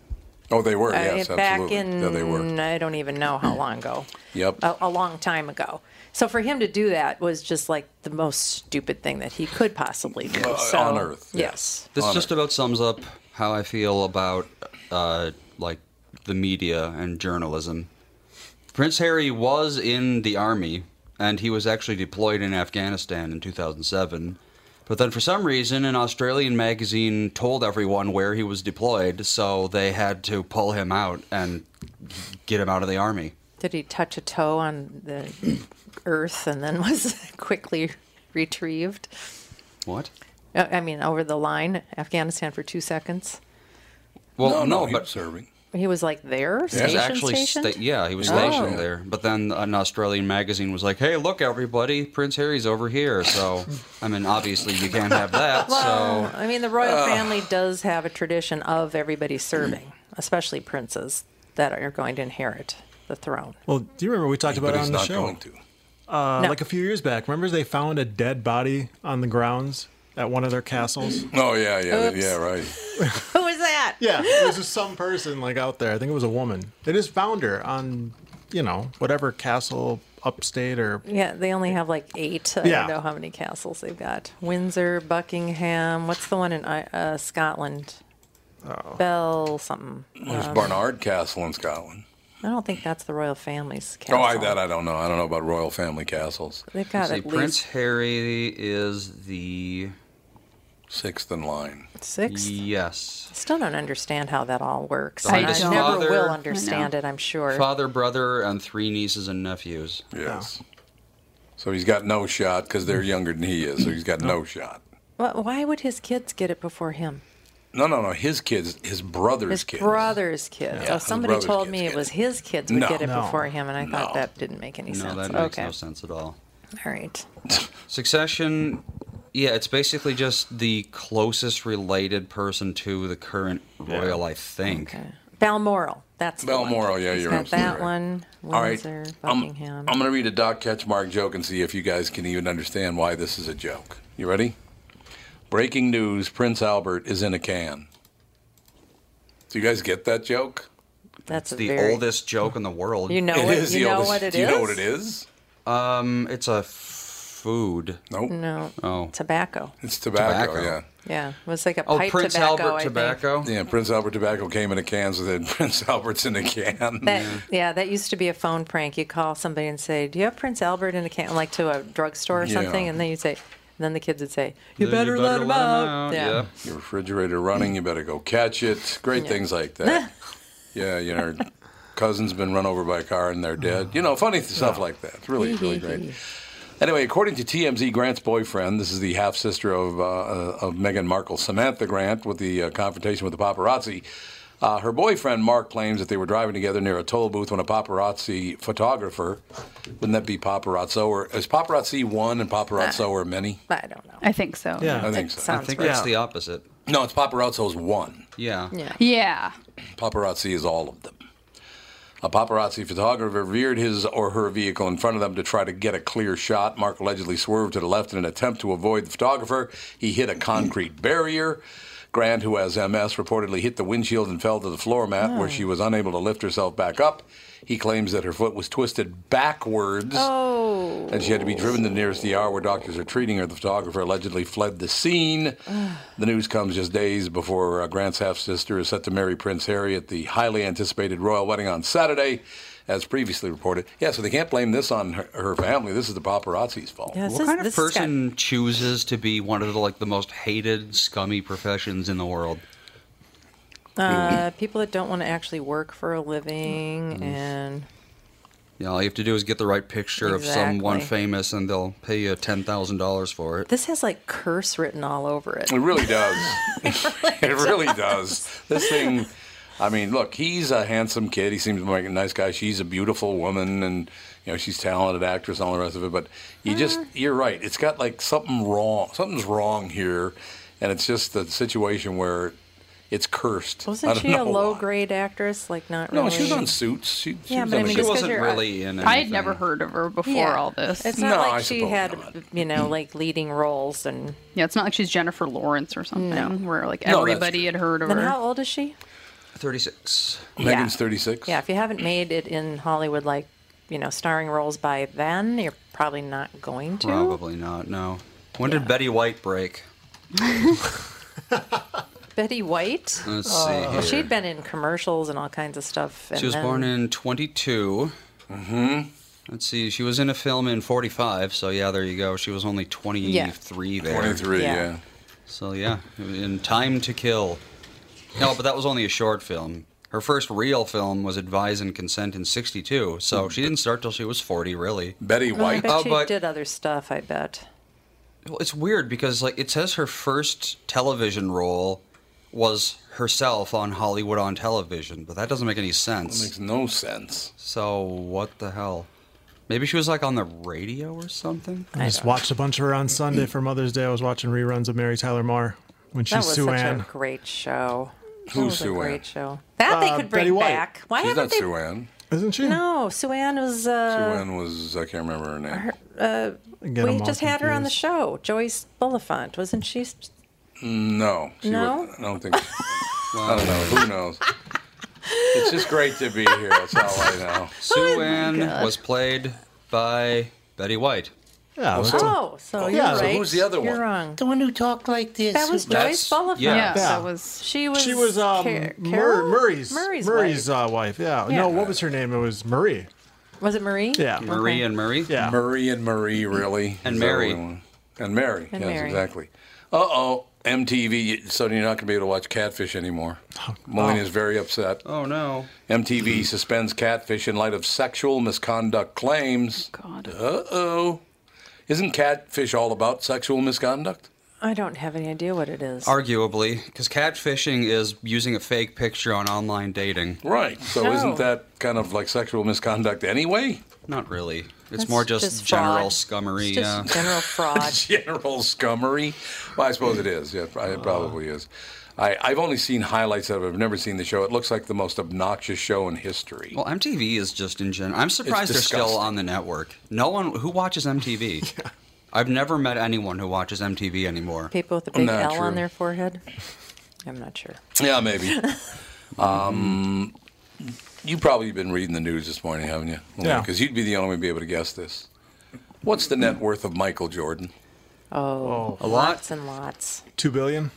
Speaker 1: Oh, they were.
Speaker 2: I mean,
Speaker 1: Yes,
Speaker 2: uh, back
Speaker 1: absolutely.
Speaker 2: in Oh.
Speaker 1: yeah, they were.
Speaker 2: I don't even know how long ago.
Speaker 1: Yep.
Speaker 2: A, a long time ago. So for him to do that was just like the most stupid thing that he could possibly do.
Speaker 1: Uh,
Speaker 2: so,
Speaker 1: on Earth, yeah.
Speaker 2: yes.
Speaker 3: This
Speaker 1: Honor.
Speaker 3: just about sums up how I feel about uh, like the media and journalism. Prince Harry was in the army, and he was actually deployed in Afghanistan in 2007. But then, for some reason, an Australian magazine told everyone where he was deployed, so they had to pull him out and get him out of the army.
Speaker 2: Did he touch a toe on the <clears throat> Earth and then <laughs> was quickly retrieved?
Speaker 3: What?
Speaker 2: Uh, I mean, over the line, Afghanistan for two seconds.
Speaker 1: no,
Speaker 3: Well,
Speaker 1: no,
Speaker 3: no,
Speaker 1: he was
Speaker 3: but
Speaker 1: serving.
Speaker 2: He was like there,
Speaker 3: He was
Speaker 2: station
Speaker 3: actually
Speaker 2: stationed?
Speaker 3: sta- yeah, he was
Speaker 1: Oh.
Speaker 3: stationed there. But then an Australian magazine was like, "Hey, look, everybody, Prince Harry's over here." So, I mean, obviously you can't
Speaker 2: <laughs>
Speaker 3: have that. so,
Speaker 2: Uh, I mean, the royal family does have a tradition of everybody serving, <clears throat> especially princes that are going to inherit the throne. <laughs>
Speaker 4: well, do you remember we talked about
Speaker 1: But
Speaker 4: it
Speaker 1: he's
Speaker 4: on the
Speaker 1: not
Speaker 4: show?
Speaker 1: going to.
Speaker 4: Uh,
Speaker 2: No.
Speaker 4: Like a few years back, remember they found a dead body on the grounds at one of their castles.
Speaker 1: Oh yeah, yeah, yeah, right.
Speaker 2: Who is that?
Speaker 4: <laughs> Yeah, it was just some person like out there. I think it was a woman. They just found her on, you know, whatever castle upstate or
Speaker 2: Yeah, they only have like eight. I
Speaker 4: Yeah.
Speaker 2: don't know how many castles they've got. Windsor, Buckingham. What's the one in I- uh, Scotland? Bell something.
Speaker 1: There's
Speaker 2: Um,
Speaker 1: Barnard Castle in Scotland.
Speaker 2: I don't think that's the royal family's castle.
Speaker 1: Oh, I, that I don't know. I don't know about royal family castles.
Speaker 2: They've got
Speaker 3: See,
Speaker 2: at least
Speaker 3: Prince Harry is the
Speaker 1: Sixth in line.
Speaker 2: six.
Speaker 3: yes
Speaker 2: Still don't understand how that all works.
Speaker 6: I
Speaker 2: and I
Speaker 6: don't.
Speaker 2: never
Speaker 3: Father-
Speaker 2: will understand it. I'm sure.
Speaker 3: father, brother, and three nieces and nephews.
Speaker 2: Oh.
Speaker 1: Yes. So he's got no shot because they're younger than he is. So he's got no shot.
Speaker 2: Wh- Why would his kids get it before him?
Speaker 1: No, no, no. His kids, his brother's
Speaker 2: His
Speaker 1: kids.
Speaker 2: brother's kids.
Speaker 1: Yeah,
Speaker 2: oh,
Speaker 1: his
Speaker 2: somebody
Speaker 1: brother's
Speaker 2: told
Speaker 1: kids
Speaker 2: me
Speaker 1: get
Speaker 2: it
Speaker 1: it.
Speaker 2: was his kids would
Speaker 1: No.
Speaker 2: get it
Speaker 4: No.
Speaker 2: before him, and I thought
Speaker 1: No.
Speaker 2: that didn't make any
Speaker 3: No,
Speaker 2: sense.
Speaker 3: that makes
Speaker 2: okay,
Speaker 3: no sense at all.
Speaker 2: all right.
Speaker 3: Succession, yeah, it's basically just the closest related person to the current royal, I think.
Speaker 2: Okay. Balmoral. That's the one.
Speaker 1: Balmoral, yeah,
Speaker 2: He's
Speaker 1: you're
Speaker 2: got
Speaker 1: absolutely
Speaker 2: that
Speaker 1: right.
Speaker 2: one.
Speaker 1: All right,
Speaker 2: Windsor,
Speaker 1: I'm,
Speaker 2: Buckingham.
Speaker 1: I'm going to read a Doc Ketchmark joke and see if you guys can even understand why this is a joke. You ready? Breaking news: Prince Albert is in a can. Do you guys get that joke?
Speaker 2: That's a
Speaker 3: The
Speaker 2: very,
Speaker 3: oldest joke in the world.
Speaker 2: You know
Speaker 1: <laughs> It
Speaker 2: it.
Speaker 1: is
Speaker 2: you
Speaker 1: the
Speaker 2: know
Speaker 1: oldest.
Speaker 2: what it is.
Speaker 1: Do you know what it is?
Speaker 3: Um, it's a f- food.
Speaker 1: Nope.
Speaker 2: No.
Speaker 3: Oh.
Speaker 2: Tobacco.
Speaker 1: It's tobacco,
Speaker 3: Tobacco.
Speaker 1: Yeah.
Speaker 2: Yeah, it was like a
Speaker 3: Oh,
Speaker 2: pipe
Speaker 3: Prince
Speaker 2: tobacco. I
Speaker 3: Albert
Speaker 2: think.
Speaker 3: tobacco.
Speaker 1: Yeah, Prince Albert tobacco came in a can, so then <laughs> Prince Albert's in a can.
Speaker 2: That, yeah, that used to be a phone prank. You call somebody and say, "Do you have Prince Albert in a can?" Like to a drugstore or
Speaker 1: Yeah.
Speaker 2: something, and then you say, and then the kids would say, "You
Speaker 3: Then
Speaker 2: better, let, him out."
Speaker 3: Oh, yeah.
Speaker 1: Your refrigerator running, you better go catch it. Great things like <laughs> that. yeah, you know, cousin's been run over by a car and they're dead. You know, funny stuff like that. It's really, really great. Anyway, according to TMZ, Grant's boyfriend, this is the half sister of uh, uh, of Meghan Markle, Samantha Grant, with the uh, confrontation with the paparazzi. Uh, her boyfriend Mark claims that they were driving together near a toll booth when a paparazzi photographer, wouldn't that be paparazzo? Or is paparazzi one and paparazzo or many?
Speaker 2: I don't know.
Speaker 6: I think so.
Speaker 4: Yeah.
Speaker 1: Ah. I think
Speaker 2: That
Speaker 1: so.
Speaker 3: I
Speaker 2: sounds
Speaker 3: think
Speaker 2: right.
Speaker 3: that's
Speaker 4: Yeah.
Speaker 3: the opposite.
Speaker 1: No, it's paparazzo's one.
Speaker 3: Yeah.
Speaker 2: Yeah.
Speaker 6: Yeah.
Speaker 1: Paparazzi is all of them. A paparazzi photographer veered his or her vehicle in front of them to try to get a clear shot. Mark allegedly swerved to the left in an attempt to avoid the photographer. He hit a concrete barrier. Grant, who has MS, reportedly hit the windshield and fell to the floor mat where she was unable to lift herself back up. He claims that her foot was twisted backwards and she had to be driven to the nearest ER where doctors are treating her. The photographer allegedly fled the scene. the news comes just days before uh, Grant's half sister is set to marry Prince Harry at the highly anticipated royal wedding on Saturday, as previously reported. Yeah, so they can't blame this on her, her family. This is the paparazzi's fault.
Speaker 2: Yeah, this
Speaker 3: What
Speaker 2: is-
Speaker 3: kind of
Speaker 2: this has got-
Speaker 3: person chooses to be one of the like the most hated, scummy professions in the world?
Speaker 2: uh,
Speaker 1: Mm.
Speaker 2: people that don't want to actually work for a living,
Speaker 3: Mm.
Speaker 2: and
Speaker 3: You know, all you have to do is get the right picture of someone
Speaker 2: Exactly.
Speaker 3: famous, and they'll pay you ten thousand dollars for it.
Speaker 2: this has like curse written all over it.
Speaker 1: It really
Speaker 2: <laughs>
Speaker 1: does. <laughs> it really does. This thing, I mean, look, he's a handsome kid. He seems like a nice guy. She's a beautiful woman, and you know she's talented actress and all the rest of it. But you just,
Speaker 2: Mm.
Speaker 1: you're right. It's got like something wrong. Something's wrong here, and it's just the situation where it's cursed. I
Speaker 2: Wasn't
Speaker 1: don't
Speaker 2: she a
Speaker 1: know
Speaker 2: low
Speaker 1: why.
Speaker 2: grade actress? Like not really.
Speaker 1: No, she was on Suits. She, she
Speaker 2: Yeah,
Speaker 1: was
Speaker 2: but
Speaker 1: on
Speaker 2: I mean,
Speaker 1: a
Speaker 3: She
Speaker 2: just 'cause
Speaker 1: show.
Speaker 3: wasn't
Speaker 2: you're-
Speaker 3: really in.
Speaker 6: I had
Speaker 3: anything.
Speaker 6: never heard of her before
Speaker 2: Yeah.
Speaker 6: all this.
Speaker 2: It's not
Speaker 1: No,
Speaker 2: like
Speaker 1: I
Speaker 2: she
Speaker 1: suppose
Speaker 2: had,
Speaker 1: not.
Speaker 2: you know, <clears throat> like leading roles and.
Speaker 6: yeah, it's not like she's Jennifer Lawrence or something where like
Speaker 1: No, that's
Speaker 6: everybody had heard of
Speaker 2: Then
Speaker 6: her.
Speaker 2: how old is she?
Speaker 3: Thirty-six.
Speaker 1: Megan's
Speaker 2: Yeah.
Speaker 1: 36.
Speaker 2: Yeah, if you haven't made it in Hollywood, like, you know, starring roles by then, you're probably not going to.
Speaker 3: Probably not. No. When did Betty White break?
Speaker 2: Betty White.
Speaker 3: Let's see. here.
Speaker 2: She'd been in commercials and all kinds of stuff. And
Speaker 3: She was
Speaker 2: then-
Speaker 3: born in 22. Mm-hmm. Let's see. She was in a film in 45. So yeah, there you go. She was only 23 there.
Speaker 1: 23.
Speaker 2: Yeah.
Speaker 1: Yeah.
Speaker 3: So yeah, in Time to Kill. No, but that was only a short film. Her first real film was Advise and Consent in 62. So she didn't start till she was 40, really.
Speaker 1: Betty
Speaker 2: I
Speaker 1: White.
Speaker 2: bet
Speaker 3: Oh,
Speaker 2: she
Speaker 3: but-
Speaker 2: did other stuff, I bet.
Speaker 3: Well, it's weird because like it says her first television role was herself on Hollywood on television, but that doesn't make any sense.
Speaker 1: makes no sense.
Speaker 3: So what the hell? Maybe she was like on the radio or something.
Speaker 4: I just watched a bunch of her on Sunday for Mother's Day. I was watching reruns of Mary Tyler Moore when
Speaker 2: That
Speaker 4: she's
Speaker 2: was
Speaker 4: Sue
Speaker 2: such
Speaker 4: Ann.
Speaker 2: a great show. That
Speaker 1: Who's
Speaker 2: was a
Speaker 1: Sue Ann?
Speaker 2: great show. That they
Speaker 4: Uh,
Speaker 2: could
Speaker 4: Betty
Speaker 2: bring
Speaker 4: White.
Speaker 2: back. Why
Speaker 1: She's
Speaker 2: haven't
Speaker 1: not
Speaker 2: they? <laughs>
Speaker 1: Sue Ann.
Speaker 4: Isn't she?
Speaker 2: No, Sue Ann was. Uh,
Speaker 1: Sue Ann was, I can't remember her name.
Speaker 2: uh,
Speaker 4: Get
Speaker 2: we
Speaker 4: 'em all
Speaker 2: just had her on the
Speaker 4: confused.
Speaker 2: show, Joyce Bulafont. Wasn't she?
Speaker 1: No. She
Speaker 2: No?
Speaker 1: would- I don't think. <laughs> I don't know. Who knows? It's just great to be here. That's all I know.
Speaker 3: Sue Ann was played by Betty White.
Speaker 4: Yeah,
Speaker 1: Well,
Speaker 4: that's
Speaker 1: so-
Speaker 4: a-
Speaker 2: Oh, so
Speaker 1: Oh,
Speaker 2: you're
Speaker 1: yeah,
Speaker 2: right.
Speaker 1: so who's the other
Speaker 2: You're
Speaker 1: one?
Speaker 2: wrong.
Speaker 10: The one who talked like this.
Speaker 2: That was
Speaker 3: That's-
Speaker 2: Joyce Bulafont.
Speaker 3: yeah.
Speaker 6: Yeah,
Speaker 4: Yeah.
Speaker 6: that was.
Speaker 2: She was.
Speaker 4: She was um,
Speaker 2: Car-
Speaker 4: Mur-
Speaker 2: Carol?
Speaker 4: Murray's
Speaker 2: Murray's,
Speaker 4: Murray's
Speaker 2: wife.
Speaker 4: uh, wife. Yeah.
Speaker 2: Yeah.
Speaker 4: No, what was her name? It was Murray.
Speaker 2: Was it Marie?
Speaker 4: Yeah.
Speaker 3: Marie and Marie.
Speaker 4: Yeah.
Speaker 1: Murray and Marie, really.
Speaker 3: And
Speaker 1: Is that
Speaker 3: Mary.
Speaker 1: what we want? And Mary.
Speaker 2: And
Speaker 1: yes,
Speaker 2: Mary.
Speaker 1: exactly. Uh oh. MTV. So you're not going to be able to watch Catfish anymore. Moline is very upset.
Speaker 3: Oh no.
Speaker 1: MTV suspends Catfish in light of sexual misconduct claims.
Speaker 6: God.
Speaker 1: Uh oh. Isn't Catfish all about sexual misconduct?
Speaker 2: I don't have any idea what it is.
Speaker 3: Arguably, because catfishing is using a fake picture on online dating.
Speaker 1: Right. So
Speaker 2: No.
Speaker 1: isn't that kind of like sexual misconduct anyway?
Speaker 3: Not really. It's
Speaker 2: That's
Speaker 3: more just, general scummery.
Speaker 2: It's
Speaker 3: yeah.
Speaker 2: just general fraud.
Speaker 1: <laughs> General scummery. Well, I suppose it is. Yeah, it probably is. I, I've only seen highlights of it. I've never seen the show. It looks like the most obnoxious show in history.
Speaker 3: Well, MTV is just in general. I'm surprised they're still
Speaker 1: disgusting.
Speaker 3: on the network. No one who watches MTV. I've never met anyone who watches MTV anymore.
Speaker 2: People with a big
Speaker 1: Not
Speaker 2: L on
Speaker 1: true.
Speaker 2: their forehead. I'm not sure.
Speaker 1: Yeah, <laughs> maybe. um, you Um, probably been reading the news this morning, haven't you?
Speaker 4: Yeah.
Speaker 1: Because you'd be the only one to be able to guess this. What's the net worth of Michael Jordan?
Speaker 2: Oh,
Speaker 3: A lot.
Speaker 2: lots and lots.
Speaker 4: Two billion.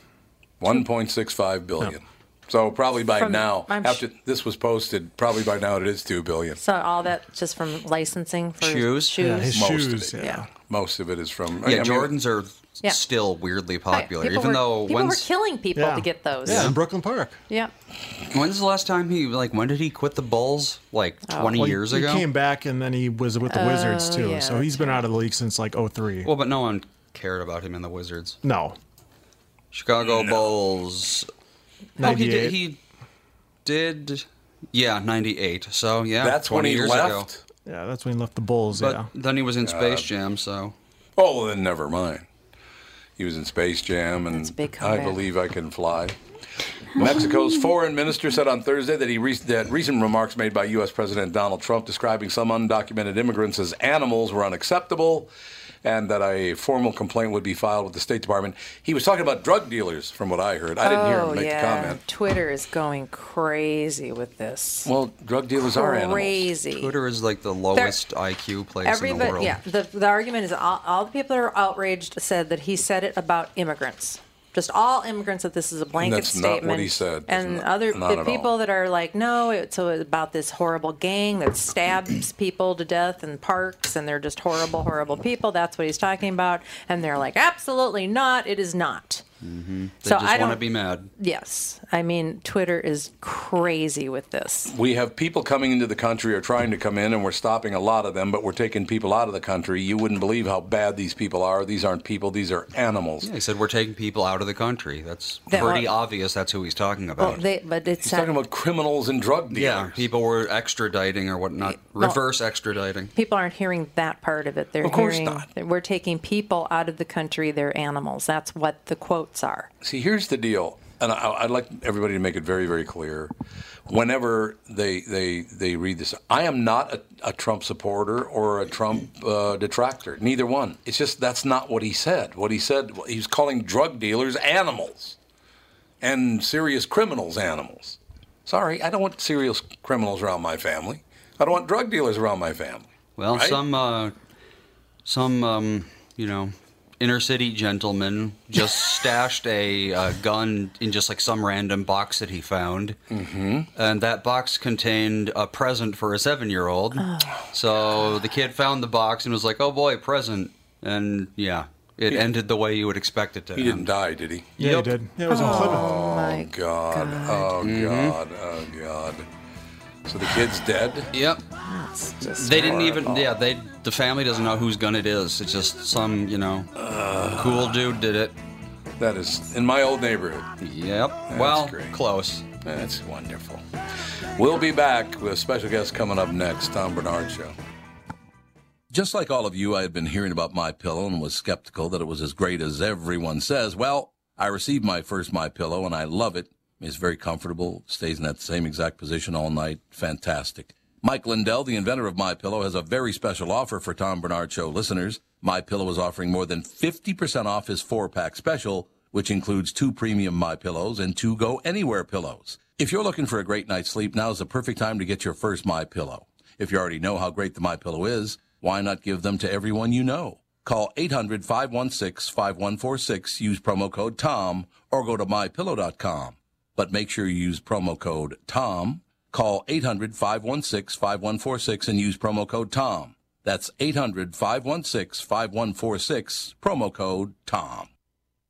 Speaker 1: One point six five billion. So probably by
Speaker 2: From-
Speaker 1: now,
Speaker 2: I'm
Speaker 1: after
Speaker 2: sh-
Speaker 1: this was posted, probably by now it is two billion.
Speaker 2: So all that just from licensing for
Speaker 3: Shoes?
Speaker 4: Yeah, his
Speaker 2: Shoes.
Speaker 1: Most of
Speaker 4: shoes.
Speaker 1: it.
Speaker 4: Yeah.
Speaker 2: Yeah.
Speaker 1: Most of it is from I
Speaker 3: Oh, Yeah,
Speaker 1: mean,
Speaker 3: Jordans are
Speaker 2: Yeah.
Speaker 3: still weirdly popular,
Speaker 2: Right, people
Speaker 3: even
Speaker 2: were-
Speaker 3: though
Speaker 2: people were
Speaker 3: when's
Speaker 2: killing people
Speaker 4: Yeah.
Speaker 2: to get those.
Speaker 4: Yeah, in Brooklyn Park.
Speaker 2: Yep.
Speaker 3: when's the last time he like when did he quit the Bulls? Like
Speaker 2: Oh.
Speaker 3: 20
Speaker 4: Well, he-
Speaker 3: years
Speaker 4: he,
Speaker 3: ago.
Speaker 4: came back and then he was with the Wizards too.
Speaker 2: yeah,
Speaker 4: so he's been out of the league since like 03.
Speaker 3: Well, but no one cared about him in the Wizards.
Speaker 4: no.
Speaker 3: Chicago Bulls. Oh, he
Speaker 4: 98.
Speaker 3: did. He did. Yeah, 98. So yeah,
Speaker 1: That's when
Speaker 3: 20
Speaker 1: he
Speaker 3: years ago.
Speaker 1: left.
Speaker 4: yeah, that's when he left the Bulls.
Speaker 3: But
Speaker 4: yeah.
Speaker 3: then he was in Space Jam, so
Speaker 1: Oh, well, then never mind. He was in Space Jam and
Speaker 2: That's a big
Speaker 1: I
Speaker 2: comeback.
Speaker 1: Believe I Can Fly.
Speaker 2: <laughs>
Speaker 1: Mexico's foreign minister said on Thursday that he re- that recent remarks made by U.S. President Donald Trump describing some undocumented immigrants as animals were unacceptable, and that a formal complaint would be filed with the State Department. He was talking about drug dealers, from what I heard. I didn't hear him
Speaker 2: Oh
Speaker 1: make the
Speaker 2: yeah.
Speaker 1: comment.
Speaker 2: Twitter is going crazy with this.
Speaker 1: Well, drug dealers are animals.
Speaker 2: Crazy.
Speaker 3: Twitter is like the lowest IQ place in the
Speaker 2: Everybody,
Speaker 3: world.
Speaker 2: yeah. The, the argument is all, all the people that are outraged said that he said it about immigrants. Just all immigrants that this is a blanket
Speaker 1: that's not what
Speaker 2: statement.
Speaker 1: he said.
Speaker 2: And
Speaker 1: Not-
Speaker 2: other
Speaker 1: not
Speaker 2: the
Speaker 1: at all.
Speaker 2: people that are like, no, it's a- about this horrible gang
Speaker 1: <clears throat>
Speaker 2: that stabs people to death in parks, and they're just horrible, horrible people. That's what he's talking about. And they're like, absolutely not. It is not.
Speaker 1: Mm-hmm.
Speaker 3: They
Speaker 2: So
Speaker 3: just
Speaker 2: I
Speaker 3: want to
Speaker 2: don't-
Speaker 3: be mad.
Speaker 2: Yes, I mean Twitter is crazy with this.
Speaker 1: We have people coming into the country or trying to come in, and we're stopping a lot of them, but we're taking people out of the country. You wouldn't believe how bad these people are. These aren't people, these are animals.
Speaker 3: He said we're taking people out of the country. That's
Speaker 2: That
Speaker 3: pretty
Speaker 2: are-
Speaker 3: obvious. That's who he's talking about.
Speaker 2: Well, they, but it's uh,
Speaker 1: He's talking about criminals and drug
Speaker 3: yeah,
Speaker 1: dealers.
Speaker 3: people were extraditing or whatnot,
Speaker 2: Well-
Speaker 3: reverse extraditing.
Speaker 2: people aren't hearing that part of it. They're
Speaker 1: Of course
Speaker 2: hearing
Speaker 1: not.
Speaker 2: that we're taking people out of the country. They're animals. That's what the quotes are.
Speaker 1: See, here's the deal, and I, I'd like everybody to make it very, very clear. Whenever they they they read this, I am not a, a Trump supporter or a Trump uh, detractor. Neither one. It's just that's not what he said. What he said, he was calling drug dealers animals, and serious criminals animals. Sorry, I don't want serious criminals around my family. I don't want drug dealers around my family.
Speaker 3: Well,
Speaker 1: Right?
Speaker 3: some uh, some um, you know inner city gentleman just stashed a uh, gun in just like some random box that he found, mm-hmm. and that box contained a present for a seven year old. so the kid found the box and was like, "Oh boy, present!" And yeah, it ended the way you would expect it to.
Speaker 1: He
Speaker 3: end.
Speaker 1: didn't die, did he?
Speaker 4: yeah,
Speaker 3: Yep.
Speaker 4: he did. Yeah, it was in Plymouth.
Speaker 2: My
Speaker 1: God. Oh God. Oh God. So the kid's dead.
Speaker 3: Yep.
Speaker 2: God's just
Speaker 3: They didn't even. Yeah, they. The family doesn't know whose gun it is. It's just some, you know, cool dude did it.
Speaker 1: That is in my old neighborhood.
Speaker 3: Yep. well,
Speaker 1: great.
Speaker 3: close.
Speaker 1: That's wonderful. We'll be back with a special guest coming up next, Tom Bernard Show.
Speaker 9: Just like all of you, I had been hearing about my pillow and was skeptical that it was as great as everyone says. Well, I received my first my pillow and I love it. It's very comfortable, stays in that same exact position all night. Fantastic. Mike Lindell, the inventor of My Pillow, has a very special offer for Tom Bernard Show listeners. My Pillow is offering more than 50% off his four-pack special, which includes two premium My Pillows and two Go Anywhere pillows. If you're looking for a great night's sleep, now is the perfect time to get your first My Pillow. If you already know how great the My Pillow is, why not give them to everyone you know? Call 800-516-5146, use promo code TOM, or go to mypillow.com. But make sure you use promo code TOM. Call 800-516-5146 and use promo code TOM. That's 800-516-5146, promo code TOM.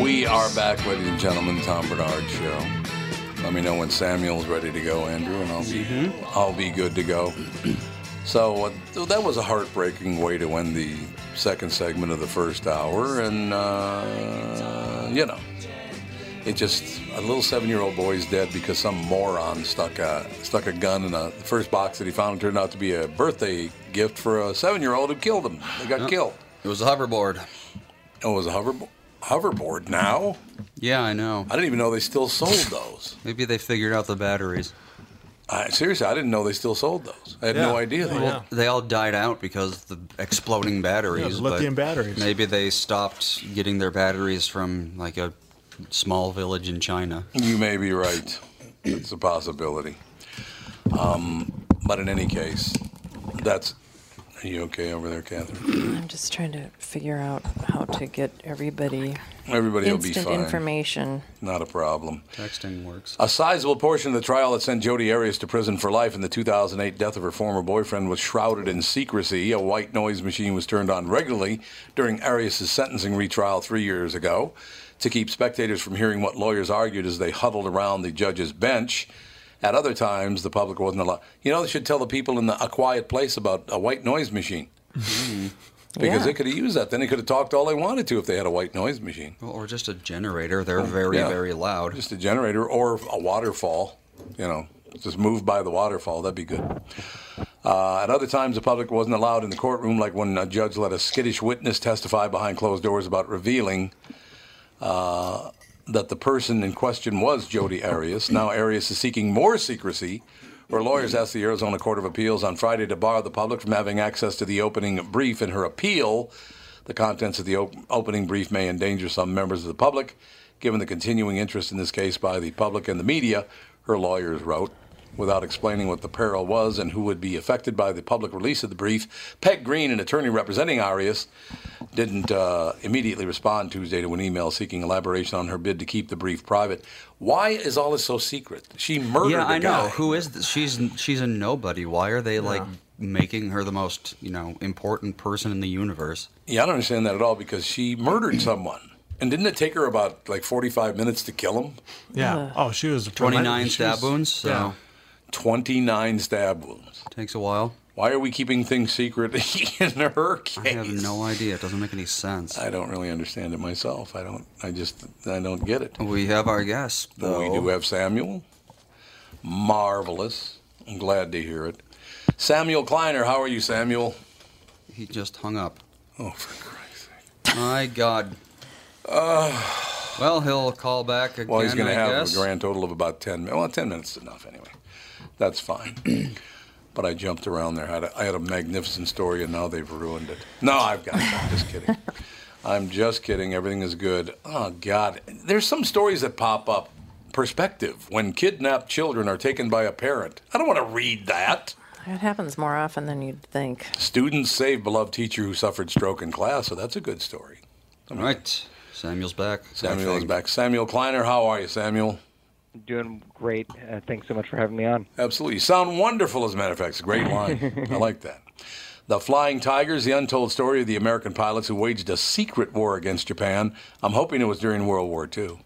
Speaker 1: We are back, ladies and gentlemen. Tom Bernard Show. Let me know when Samuel's ready to go, Andrew, and I'll be I'll be good to go. <clears throat> So uh, that was a heartbreaking way to end the second segment of the first hour, and uh, you know, it just a little seven-year-old boy's dead because some moron stuck a stuck a gun in a, the first box that he found. It turned out to be a birthday gift for a seven-year-old who killed him. They got killed.
Speaker 3: It was a hoverboard.
Speaker 1: Oh, it was a hoverboard. Hoverboard now?
Speaker 3: Yeah, I know.
Speaker 1: I didn't even know they still sold those.
Speaker 3: Maybe they figured out the batteries.
Speaker 1: I, seriously, I didn't know they still sold those. I had no
Speaker 4: Yeah.
Speaker 1: idea.
Speaker 4: Oh, yeah.
Speaker 3: They all died out because the exploding batteries.
Speaker 4: Yeah, lithium
Speaker 3: but
Speaker 4: batteries.
Speaker 3: Maybe they stopped getting their batteries from like a small village in China.
Speaker 1: You may be right. It's a possibility. Um, but in any case, that's. Are you okay over there, Catherine?
Speaker 2: I'm just trying to figure out how to get everybody
Speaker 1: Everybody will be
Speaker 2: instant
Speaker 1: fine.
Speaker 2: information.
Speaker 1: Not a problem.
Speaker 3: Texting works.
Speaker 1: A sizable portion of the trial that sent Jodi Arias to prison for life in the 2008 death of her former boyfriend was shrouded in secrecy. A white noise machine was turned on regularly during Arias' sentencing retrial three years ago to keep spectators from hearing what lawyers argued as they huddled around the judge's bench. At other times, the public wasn't allowed. You know, they should tell the people in the, a quiet place about a white noise machine. Because
Speaker 2: Yeah.
Speaker 1: they could have used that. Then they could have talked all they wanted to if they had a white noise machine.
Speaker 3: Well, or just a generator. They're very,
Speaker 1: yeah.
Speaker 3: very loud.
Speaker 1: Just a generator or a waterfall, you know, just move by the waterfall. That'd be good. Uh, at other times, the public wasn't allowed in the courtroom, like when a judge let a skittish witness testify behind closed doors about revealing uh, that the person in question was Jody Arias. Now, Arias is seeking more secrecy. Her lawyers asked the Arizona Court of Appeals on Friday to bar the public from having access to the opening brief in her appeal. The contents of the op- opening brief may endanger some members of the public, given the continuing interest in this case by the public and the media, her lawyers wrote. Without explaining what the peril was and who would be affected by the public release of the brief, Peg Green, an attorney representing Arias, didn't uh, immediately respond Tuesday to an email seeking elaboration on her bid to keep the brief private. Why is all this so secret? She murdered
Speaker 3: yeah,
Speaker 1: a
Speaker 3: I know.
Speaker 1: guy.
Speaker 3: Who is this? She's she's a nobody. Why are they like making her the most you know important person in the universe?
Speaker 1: Yeah, I don't understand that at all because she murdered someone. And didn't it take her about like 45 minutes to kill him?
Speaker 4: Yeah. oh, she was
Speaker 3: 29
Speaker 4: she was-
Speaker 3: stab wounds, so
Speaker 4: yeah.
Speaker 1: 29 stab wounds.
Speaker 3: takes a while.
Speaker 1: Why are we keeping things secret <laughs> in her case?
Speaker 3: I have no idea. It doesn't make any sense.
Speaker 1: I don't really understand it myself. I don't. I just. I don't get it.
Speaker 3: We have our guest. Though.
Speaker 1: We do have Samuel. Marvelous. I'm glad to hear it. Samuel Kleiner, how are you, Samuel?
Speaker 3: He just hung up.
Speaker 1: Oh, for Christ's sake!
Speaker 3: My God. Well, he'll call back again.
Speaker 1: Well, he's going to
Speaker 3: I
Speaker 1: have
Speaker 3: guess.
Speaker 1: a grand total of about 10 minutes. Well, 10 minutes is enough anyway. That's fine. <clears throat> but I jumped around there. I had, a, I had a magnificent story, and now they've ruined it. No, I've got it. I'm just
Speaker 3: <laughs>
Speaker 1: kidding. I'm just kidding. Everything is good. Oh, God. There's some stories that pop up. Perspective when kidnapped children are taken by a parent. I don't want to read that.
Speaker 2: It happens more often than you'd think.
Speaker 1: Students save beloved teacher who suffered stroke in class, so that's a good story.
Speaker 3: All right. Samuel's back.
Speaker 1: Samuel
Speaker 3: I
Speaker 1: is
Speaker 3: think.
Speaker 1: back. Samuel Kleiner, how are you, Samuel?
Speaker 10: Doing great. Uh, thanks so much for having me on.
Speaker 1: Absolutely. You sound wonderful, as a matter of fact. It's a great line. I like that. The Flying Tigers, the untold story of the American pilots who waged a secret war against Japan. I'm hoping it was during World War II.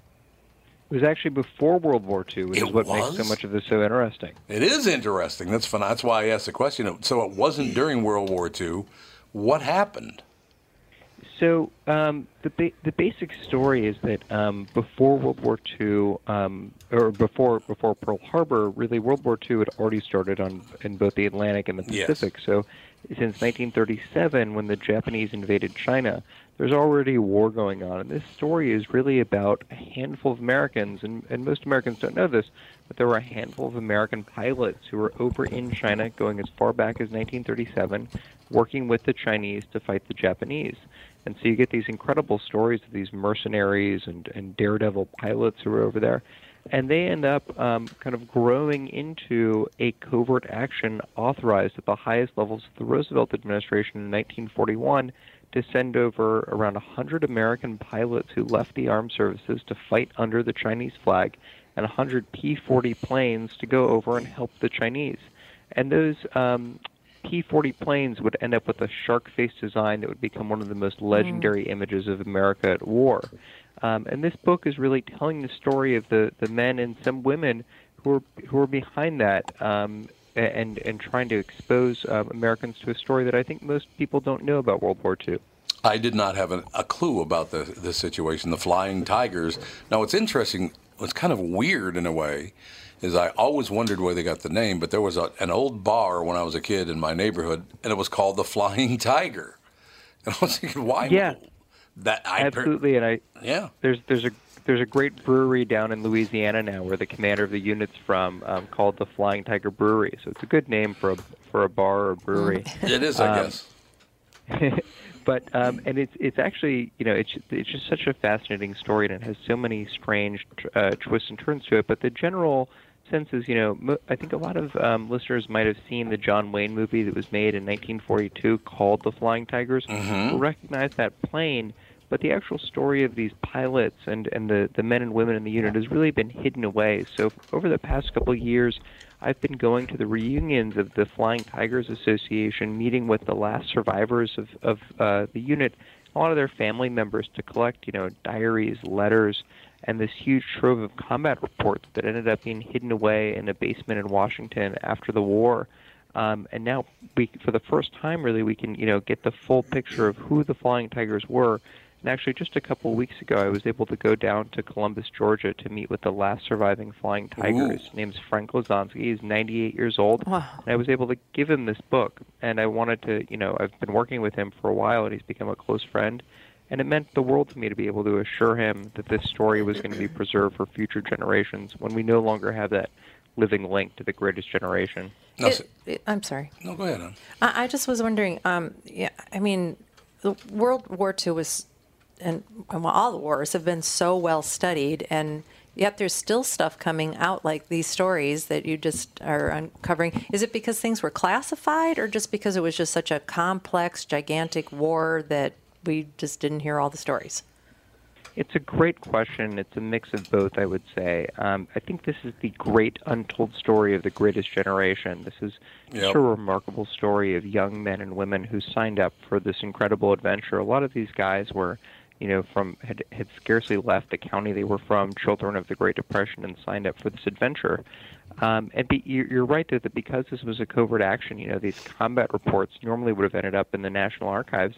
Speaker 10: It was actually before World War II, which
Speaker 1: It
Speaker 10: is what
Speaker 1: was?
Speaker 10: makes so much of this so interesting.
Speaker 1: It is interesting. That's fun. That's why I asked the question. So it wasn't during World War II. What happened?
Speaker 10: So um, the ba- the basic story is that um, before World War II, um, or before before Pearl Harbor, really World War II had already started on in both the Atlantic and the
Speaker 1: Yes.
Speaker 10: Pacific. So since 1937, when the Japanese invaded China, there's already a war going on. And this story is really about a handful of Americans, and, and most Americans don't know this, but there were a handful of American pilots who were over in China going as far back as 1937, working with the Chinese to fight the Japanese. And so you get these incredible stories of these mercenaries and, and daredevil pilots who are over there. And they end up um, kind of growing into a covert action authorized at the highest levels of the Roosevelt administration in 1941 to send over around 100 American pilots who left the armed services to fight under the Chinese flag and 100 P 40 planes to go over and help the Chinese. And those um, P 40 planes would end up with a shark face design that would become one of the most legendary images of America at war. Um, and this book is really telling the story of the, the men and some women who are, who are behind that um, a- and, and trying to expose um, Americans to a story that I think most people don't know about World War II.
Speaker 1: I did not have an, a clue about the, the situation, the Flying Tigers. Now, what's interesting, what's kind of weird in a way, is I always wondered where they got the name, but there was a, an old bar when I was a kid in my neighborhood, and it was called the Flying Tiger. <laughs> And I was thinking, why?
Speaker 10: Yeah.
Speaker 1: That I per-
Speaker 10: Absolutely. And I,
Speaker 1: yeah.
Speaker 10: there's there's a there's a great brewery down in Louisiana now where the commander of the unit's from um, called the Flying Tiger Brewery. So it's a good name for a for a bar or a brewery.
Speaker 1: It is, I
Speaker 10: Um,
Speaker 1: guess.
Speaker 10: but um, and it's it's actually you know it's it's just such a fascinating story and it has so many strange uh, twists and turns to it. But the general sense is you know mo- I think a lot of um, listeners might have seen the John Wayne movie that was made in 1942 called The Flying Tigers. Will Recognize that plane. But the actual story of these pilots and, and the, the men and women in the unit has really been hidden away. So, over the past couple of years, I've been going to the reunions of the Flying Tigers Association, meeting with the last survivors of, of uh, the unit, a lot of their family members to collect, you know, diaries, letters, and this huge trove of combat reports that ended up being hidden away in a basement in Washington after the war. Um, and now, we, for the first time, really, we can, you know, get the full picture of who the Flying Tigers were. And actually, just a couple of weeks ago, I was able to go down to Columbus, Georgia, to meet with the last surviving Flying Tiger. His name's Frank Lozanski. He's 98 years old.
Speaker 2: Wow.
Speaker 10: And I was able to give him this book, and I wanted to, you know, I've been working with him for a while, and he's become a close friend. And it meant the world to me to be able to assure him that this story was going to be preserved for future generations when we no longer have that living link to the greatest generation.
Speaker 1: No,
Speaker 2: It-
Speaker 1: so-
Speaker 2: it- I'm sorry.
Speaker 1: no, go ahead. Ann.
Speaker 2: I, I just was wondering. Um, yeah, I mean, the World War II was, and, and well, all the wars have been so well studied, and yet there's still stuff coming out like these stories that you just are uncovering. Is it because things were classified, or just because it was just such a complex, gigantic war that we just didn't hear all the stories?
Speaker 10: It's a great question. It's a mix of both, I would say. Um, I think this is the great untold story of the greatest generation. This is
Speaker 1: Yep.
Speaker 10: such a remarkable story of young men and women who signed up for this incredible adventure. A lot of these guys were, you know, from had, had scarcely left the county they were from, children of the Great Depression, and signed up for this adventure. Um, and be, you're you're right that, that because this was a covert action, you know, these combat reports normally would have ended up in the National Archives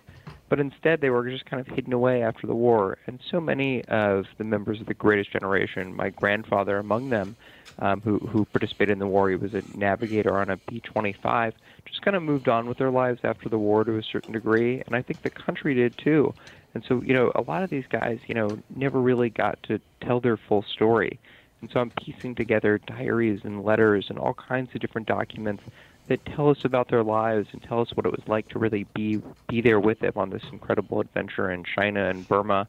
Speaker 10: but instead they were just kind of hidden away after the war. And so many of the members of the Greatest Generation, my grandfather among them, um, who who participated in the war, he was a navigator on a B-25. Just kind of moved on with their lives after the war to a certain degree, and I think the country did too. And so, you know, a lot of these guys, you know, never really got to tell their full story. And so I'm piecing together diaries and letters and all kinds of different documents that tell us about their lives and tell us what it was like to really be be there with them on this incredible adventure in China and Burma.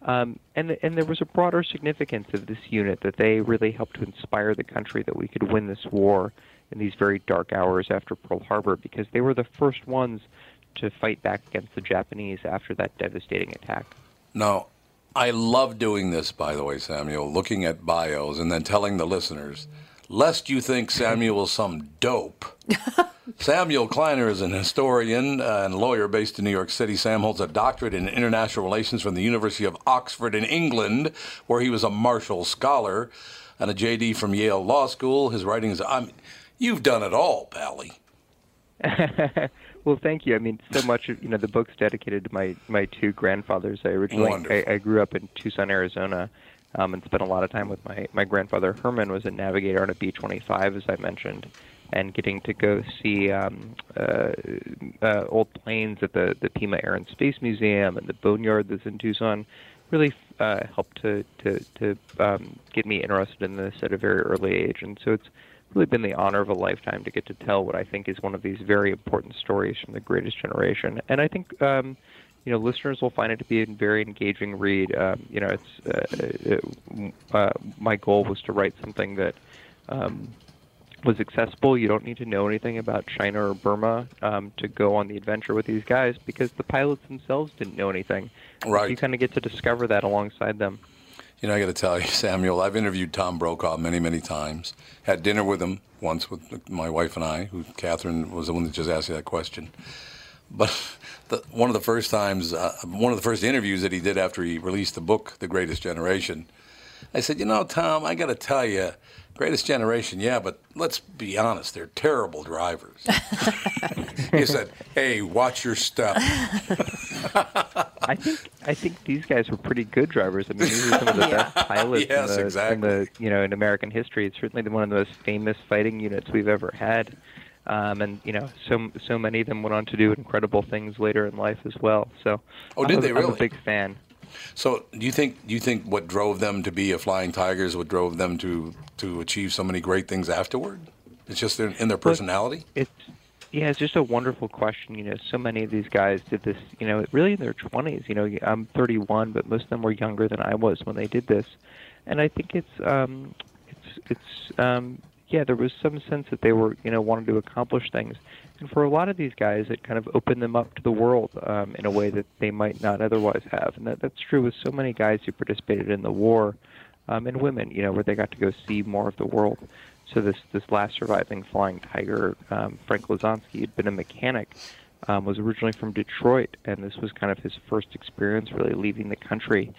Speaker 10: Um, and and there was a broader significance of this unit that they really helped to inspire the country that we could win this war in these very dark hours after Pearl Harbor because they were the first ones to fight back against the Japanese after that devastating attack.
Speaker 1: Now, I love doing this, by the way, Samuel, looking at bios and then telling the listeners, lest you think Samuel's some dope. Samuel Kleiner is an historian uh, and lawyer based in New York City. Sam holds a doctorate in international relations from the University of Oxford in England, where he was a Marshall Scholar, and a JD from Yale Law School. His writings, I'm, you've done it all, Pally.
Speaker 10: well, thank you. I mean, so much of you know the book's dedicated to my my two grandfathers. I originally I,
Speaker 1: Wonderful.
Speaker 10: I grew up in Tucson, Arizona, um, and spent a lot of time with my my grandfather Herman was a navigator on a B twenty five, as I mentioned, and getting to go see um, uh, uh, old planes at the the Pima Air and Space Museum and the Boneyard that's in Tucson really uh, helped to to to um, get me interested in this at a very early age, and so it's really been the honor of a lifetime to get to tell what I think is one of these very important stories from the greatest generation. And I think um, you know listeners will find it to be a very engaging read. Um, you know, it's uh, uh, my goal was to write something that. Um, was accessible. You don't need to know anything about China or Burma um, to go on the adventure with these guys because the pilots themselves didn't know anything.
Speaker 1: Right.
Speaker 10: You kind of get to discover that alongside them.
Speaker 1: You know, I got to tell you, <laughs> Samuel, I've interviewed Tom Brokaw many, many times. Had dinner with him once with my wife and I, who Catherine was the one that just asked you that question. But <laughs> the, one of the first times, uh, one of the first interviews that he did after he released the book, The Greatest Generation, I said, You know, Tom, I got to tell you, Greatest Generation, yeah, but let's be honest, they're terrible drivers. <laughs> he said, Hey, watch your step.
Speaker 10: I think I think these guys were pretty good drivers. I mean, these are some
Speaker 1: <laughs>
Speaker 10: of the
Speaker 1: Yeah.
Speaker 10: best pilots
Speaker 1: Yes,
Speaker 10: in, the, in
Speaker 1: exactly.
Speaker 10: the you know in American history. It's certainly the- one of the most famous fighting units we've ever had, um, and you know so so many of them went on to do incredible things later in life as well. So
Speaker 1: Oh, did
Speaker 10: I'm a-
Speaker 1: they
Speaker 10: I'm
Speaker 1: really?
Speaker 10: a big fan.
Speaker 1: So, do you think do you think what drove them to be a flying tigers, what drove them to to achieve so many great things afterward? It's just in, in their personality.
Speaker 10: It's yeah, it's just a wonderful question. You know, so many of these guys did this. You know, really in their twenties. You know, I'm 31, but most of them were younger than I was when they did this, and I think it's um, it's it's um, yeah, there was some sense that they were you know wanted to accomplish things, and for a lot of these guys, it kind of opened them up to the world um, in a way that they might not otherwise have, and that, that's true with so many guys who participated in the war um, and women, you know, where they got to go see more of the world. So this this last surviving flying tiger, um, Frank Lozanski, had been a mechanic, um, was originally from Detroit, and this was kind of his first experience really leaving the country.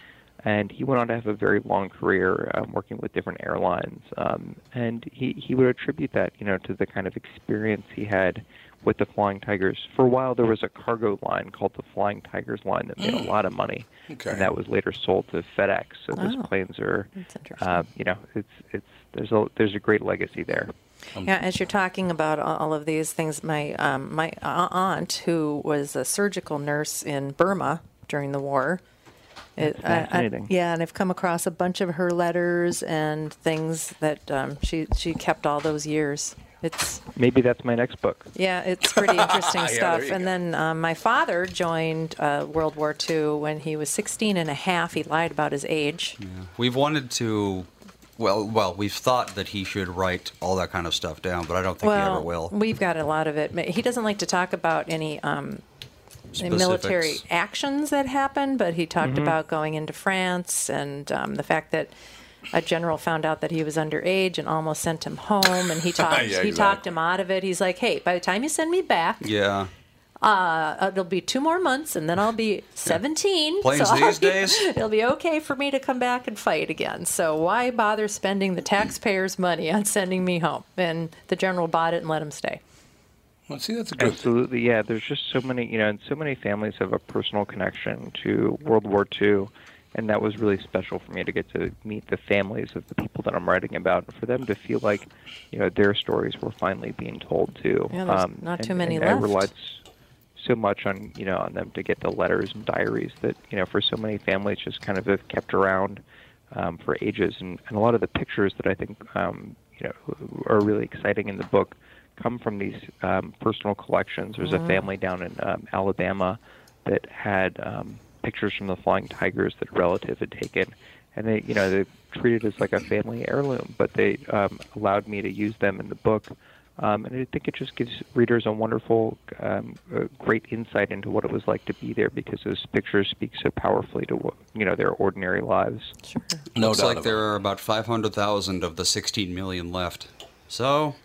Speaker 10: And he went on to have a very long career um, working with different airlines, um, and he he would attribute that, you know, to the kind of experience he had with the Flying Tigers. For a while, there was a cargo line called the Flying Tigers line that made a lot of money,
Speaker 1: Okay.
Speaker 10: and that was later sold to FedEx. So those
Speaker 2: Oh.
Speaker 10: planes are,
Speaker 2: That's interesting.
Speaker 10: um, you know, it's it's there's a there's a great legacy there.
Speaker 1: Um,
Speaker 2: Yeah, as you're talking about a- all of these things, my um, my a- aunt, who was a surgical nurse in Burma during the war, it,
Speaker 10: That's
Speaker 2: I- I-
Speaker 10: fascinating.
Speaker 2: yeah, and I've come across a bunch of her letters and things that um, she she kept all those years. It's
Speaker 10: Maybe that's my next book.
Speaker 2: yeah,
Speaker 1: <laughs>
Speaker 2: it's pretty interesting
Speaker 1: Yeah, there
Speaker 2: stuff.
Speaker 1: you
Speaker 2: And
Speaker 1: go.
Speaker 2: then um, my father joined uh, World War II when he was 16 and a half. He lied about his age.
Speaker 3: We've wanted to, well, well, we've thought that he should write all that kind of stuff down, but I don't think he ever will.
Speaker 2: We've got a lot of it. He doesn't like to talk about any um, the military
Speaker 3: Specifics.
Speaker 2: actions that happened, but he talked about going into France and um, the fact that a general found out that he was underage and almost sent him home.
Speaker 3: <laughs>
Speaker 2: And he talked
Speaker 1: Yeah,
Speaker 2: he
Speaker 1: exactly.
Speaker 2: talked him out of it. He's like, "Hey, by the time you send me back,
Speaker 3: Yeah.
Speaker 2: uh, it'll be two more months, and then I'll be 17.
Speaker 3: Planes
Speaker 2: so I'll
Speaker 3: these
Speaker 2: be- <laughs>
Speaker 3: days.
Speaker 2: it'll be okay for me to come back and fight again. So why bother spending the taxpayers' money on sending me home?" And the general bought it and let him stay.
Speaker 1: Well, see, that's a good.
Speaker 10: Absolutely, yeah. There's just so many, you know, and so many families have a personal connection to World War II, and that was really special for me to get to meet the families of the people that I'm writing about, and for them to feel like, you know, their stories were finally being told too.
Speaker 2: Yeah, there's not
Speaker 10: Um, and-
Speaker 2: too many
Speaker 10: and I
Speaker 2: left.
Speaker 10: realized so much on you know on them to get the letters and diaries that you know for so many families just kind of have kept around um, for ages, and, and a lot of the pictures that I think um, you know are really exciting in the book come from these um, personal collections. There's
Speaker 2: Mm-hmm.
Speaker 11: Mhm.
Speaker 10: a family down in um, Alabama that had um, pictures from the flying tigers that a relative had taken, and they you know they treated it as like a family heirloom, but they um, allowed me to use them in the book. Um, and I think it just gives readers a wonderful, um, uh, great insight into what it was like to be there because those pictures speak so powerfully to what, you know their ordinary lives. Sure.
Speaker 3: Looks like there are about 500,000 of the 16 million left. So.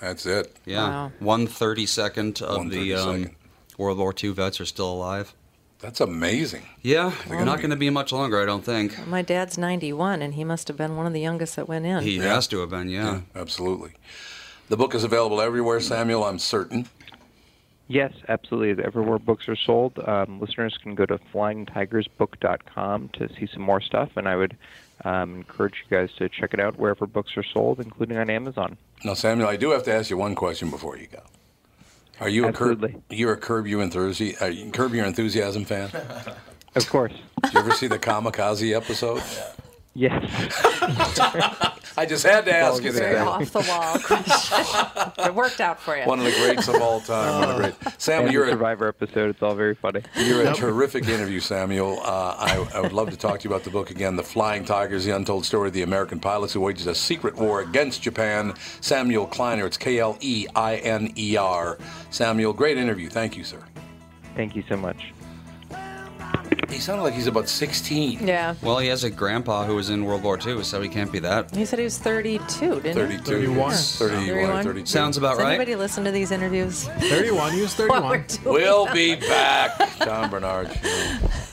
Speaker 1: That's it.
Speaker 3: Yeah.
Speaker 1: Wow.
Speaker 3: 132nd of the um, World War II vets are still alive.
Speaker 1: That's amazing.
Speaker 3: Yeah.
Speaker 2: They're
Speaker 3: not
Speaker 2: gonna
Speaker 3: going to be much longer, I don't think.
Speaker 2: My dad's 91, and he must have been one of the youngest that went in.
Speaker 3: He has to have been, yeah.
Speaker 1: Absolutely. The book is available everywhere, Samuel, I'm certain.
Speaker 10: Yes, absolutely. Everywhere books are sold, um, listeners can go to flyingtigersbook.com to see some more stuff, and I would um, encourage you guys to check it out wherever books are sold, including on Amazon.
Speaker 1: Now, Samuel, I do have to ask you one question before you go. Are you a curb? You're a curb your enthusiasm. Are you curb your enthusiasm fan?
Speaker 10: Of course.
Speaker 1: Did you ever
Speaker 3: <laughs>
Speaker 1: see the kamikaze episode?
Speaker 10: Yes.
Speaker 1: I just had to ask you
Speaker 2: Very
Speaker 1: that.
Speaker 2: off the
Speaker 1: <laughs>
Speaker 2: wall question. it worked out for you.
Speaker 1: One of the greats of all time. One of the great. Sam,
Speaker 10: And
Speaker 1: you're
Speaker 10: the
Speaker 1: a-
Speaker 10: Survivor episode. It's all very funny.
Speaker 1: You're a terrific interview, Samuel. Uh, I, I would love to talk to you about the book again, The Flying Tigers, The Untold Story of the American Pilots Who Wages a Secret War Against Japan. Samuel Kleiner. It's E K-L-E-I-N-E-R. Samuel, great interview. Thank you, sir.
Speaker 10: Thank you so much.
Speaker 1: He sounded like he's about 16.
Speaker 2: Yeah.
Speaker 3: Well, he has a grandpa who was in World War II, so he can't be that.
Speaker 2: He said he was 32, didn't he?
Speaker 3: 31.
Speaker 2: Yeah.
Speaker 3: 31, 32. Sounds about
Speaker 2: Does
Speaker 3: right.
Speaker 2: anybody listen to these interviews? <laughs>
Speaker 4: 31, he was
Speaker 3: <laughs>
Speaker 2: What we're
Speaker 4: 31.
Speaker 2: doing.
Speaker 1: We'll be back. Tom Bernard.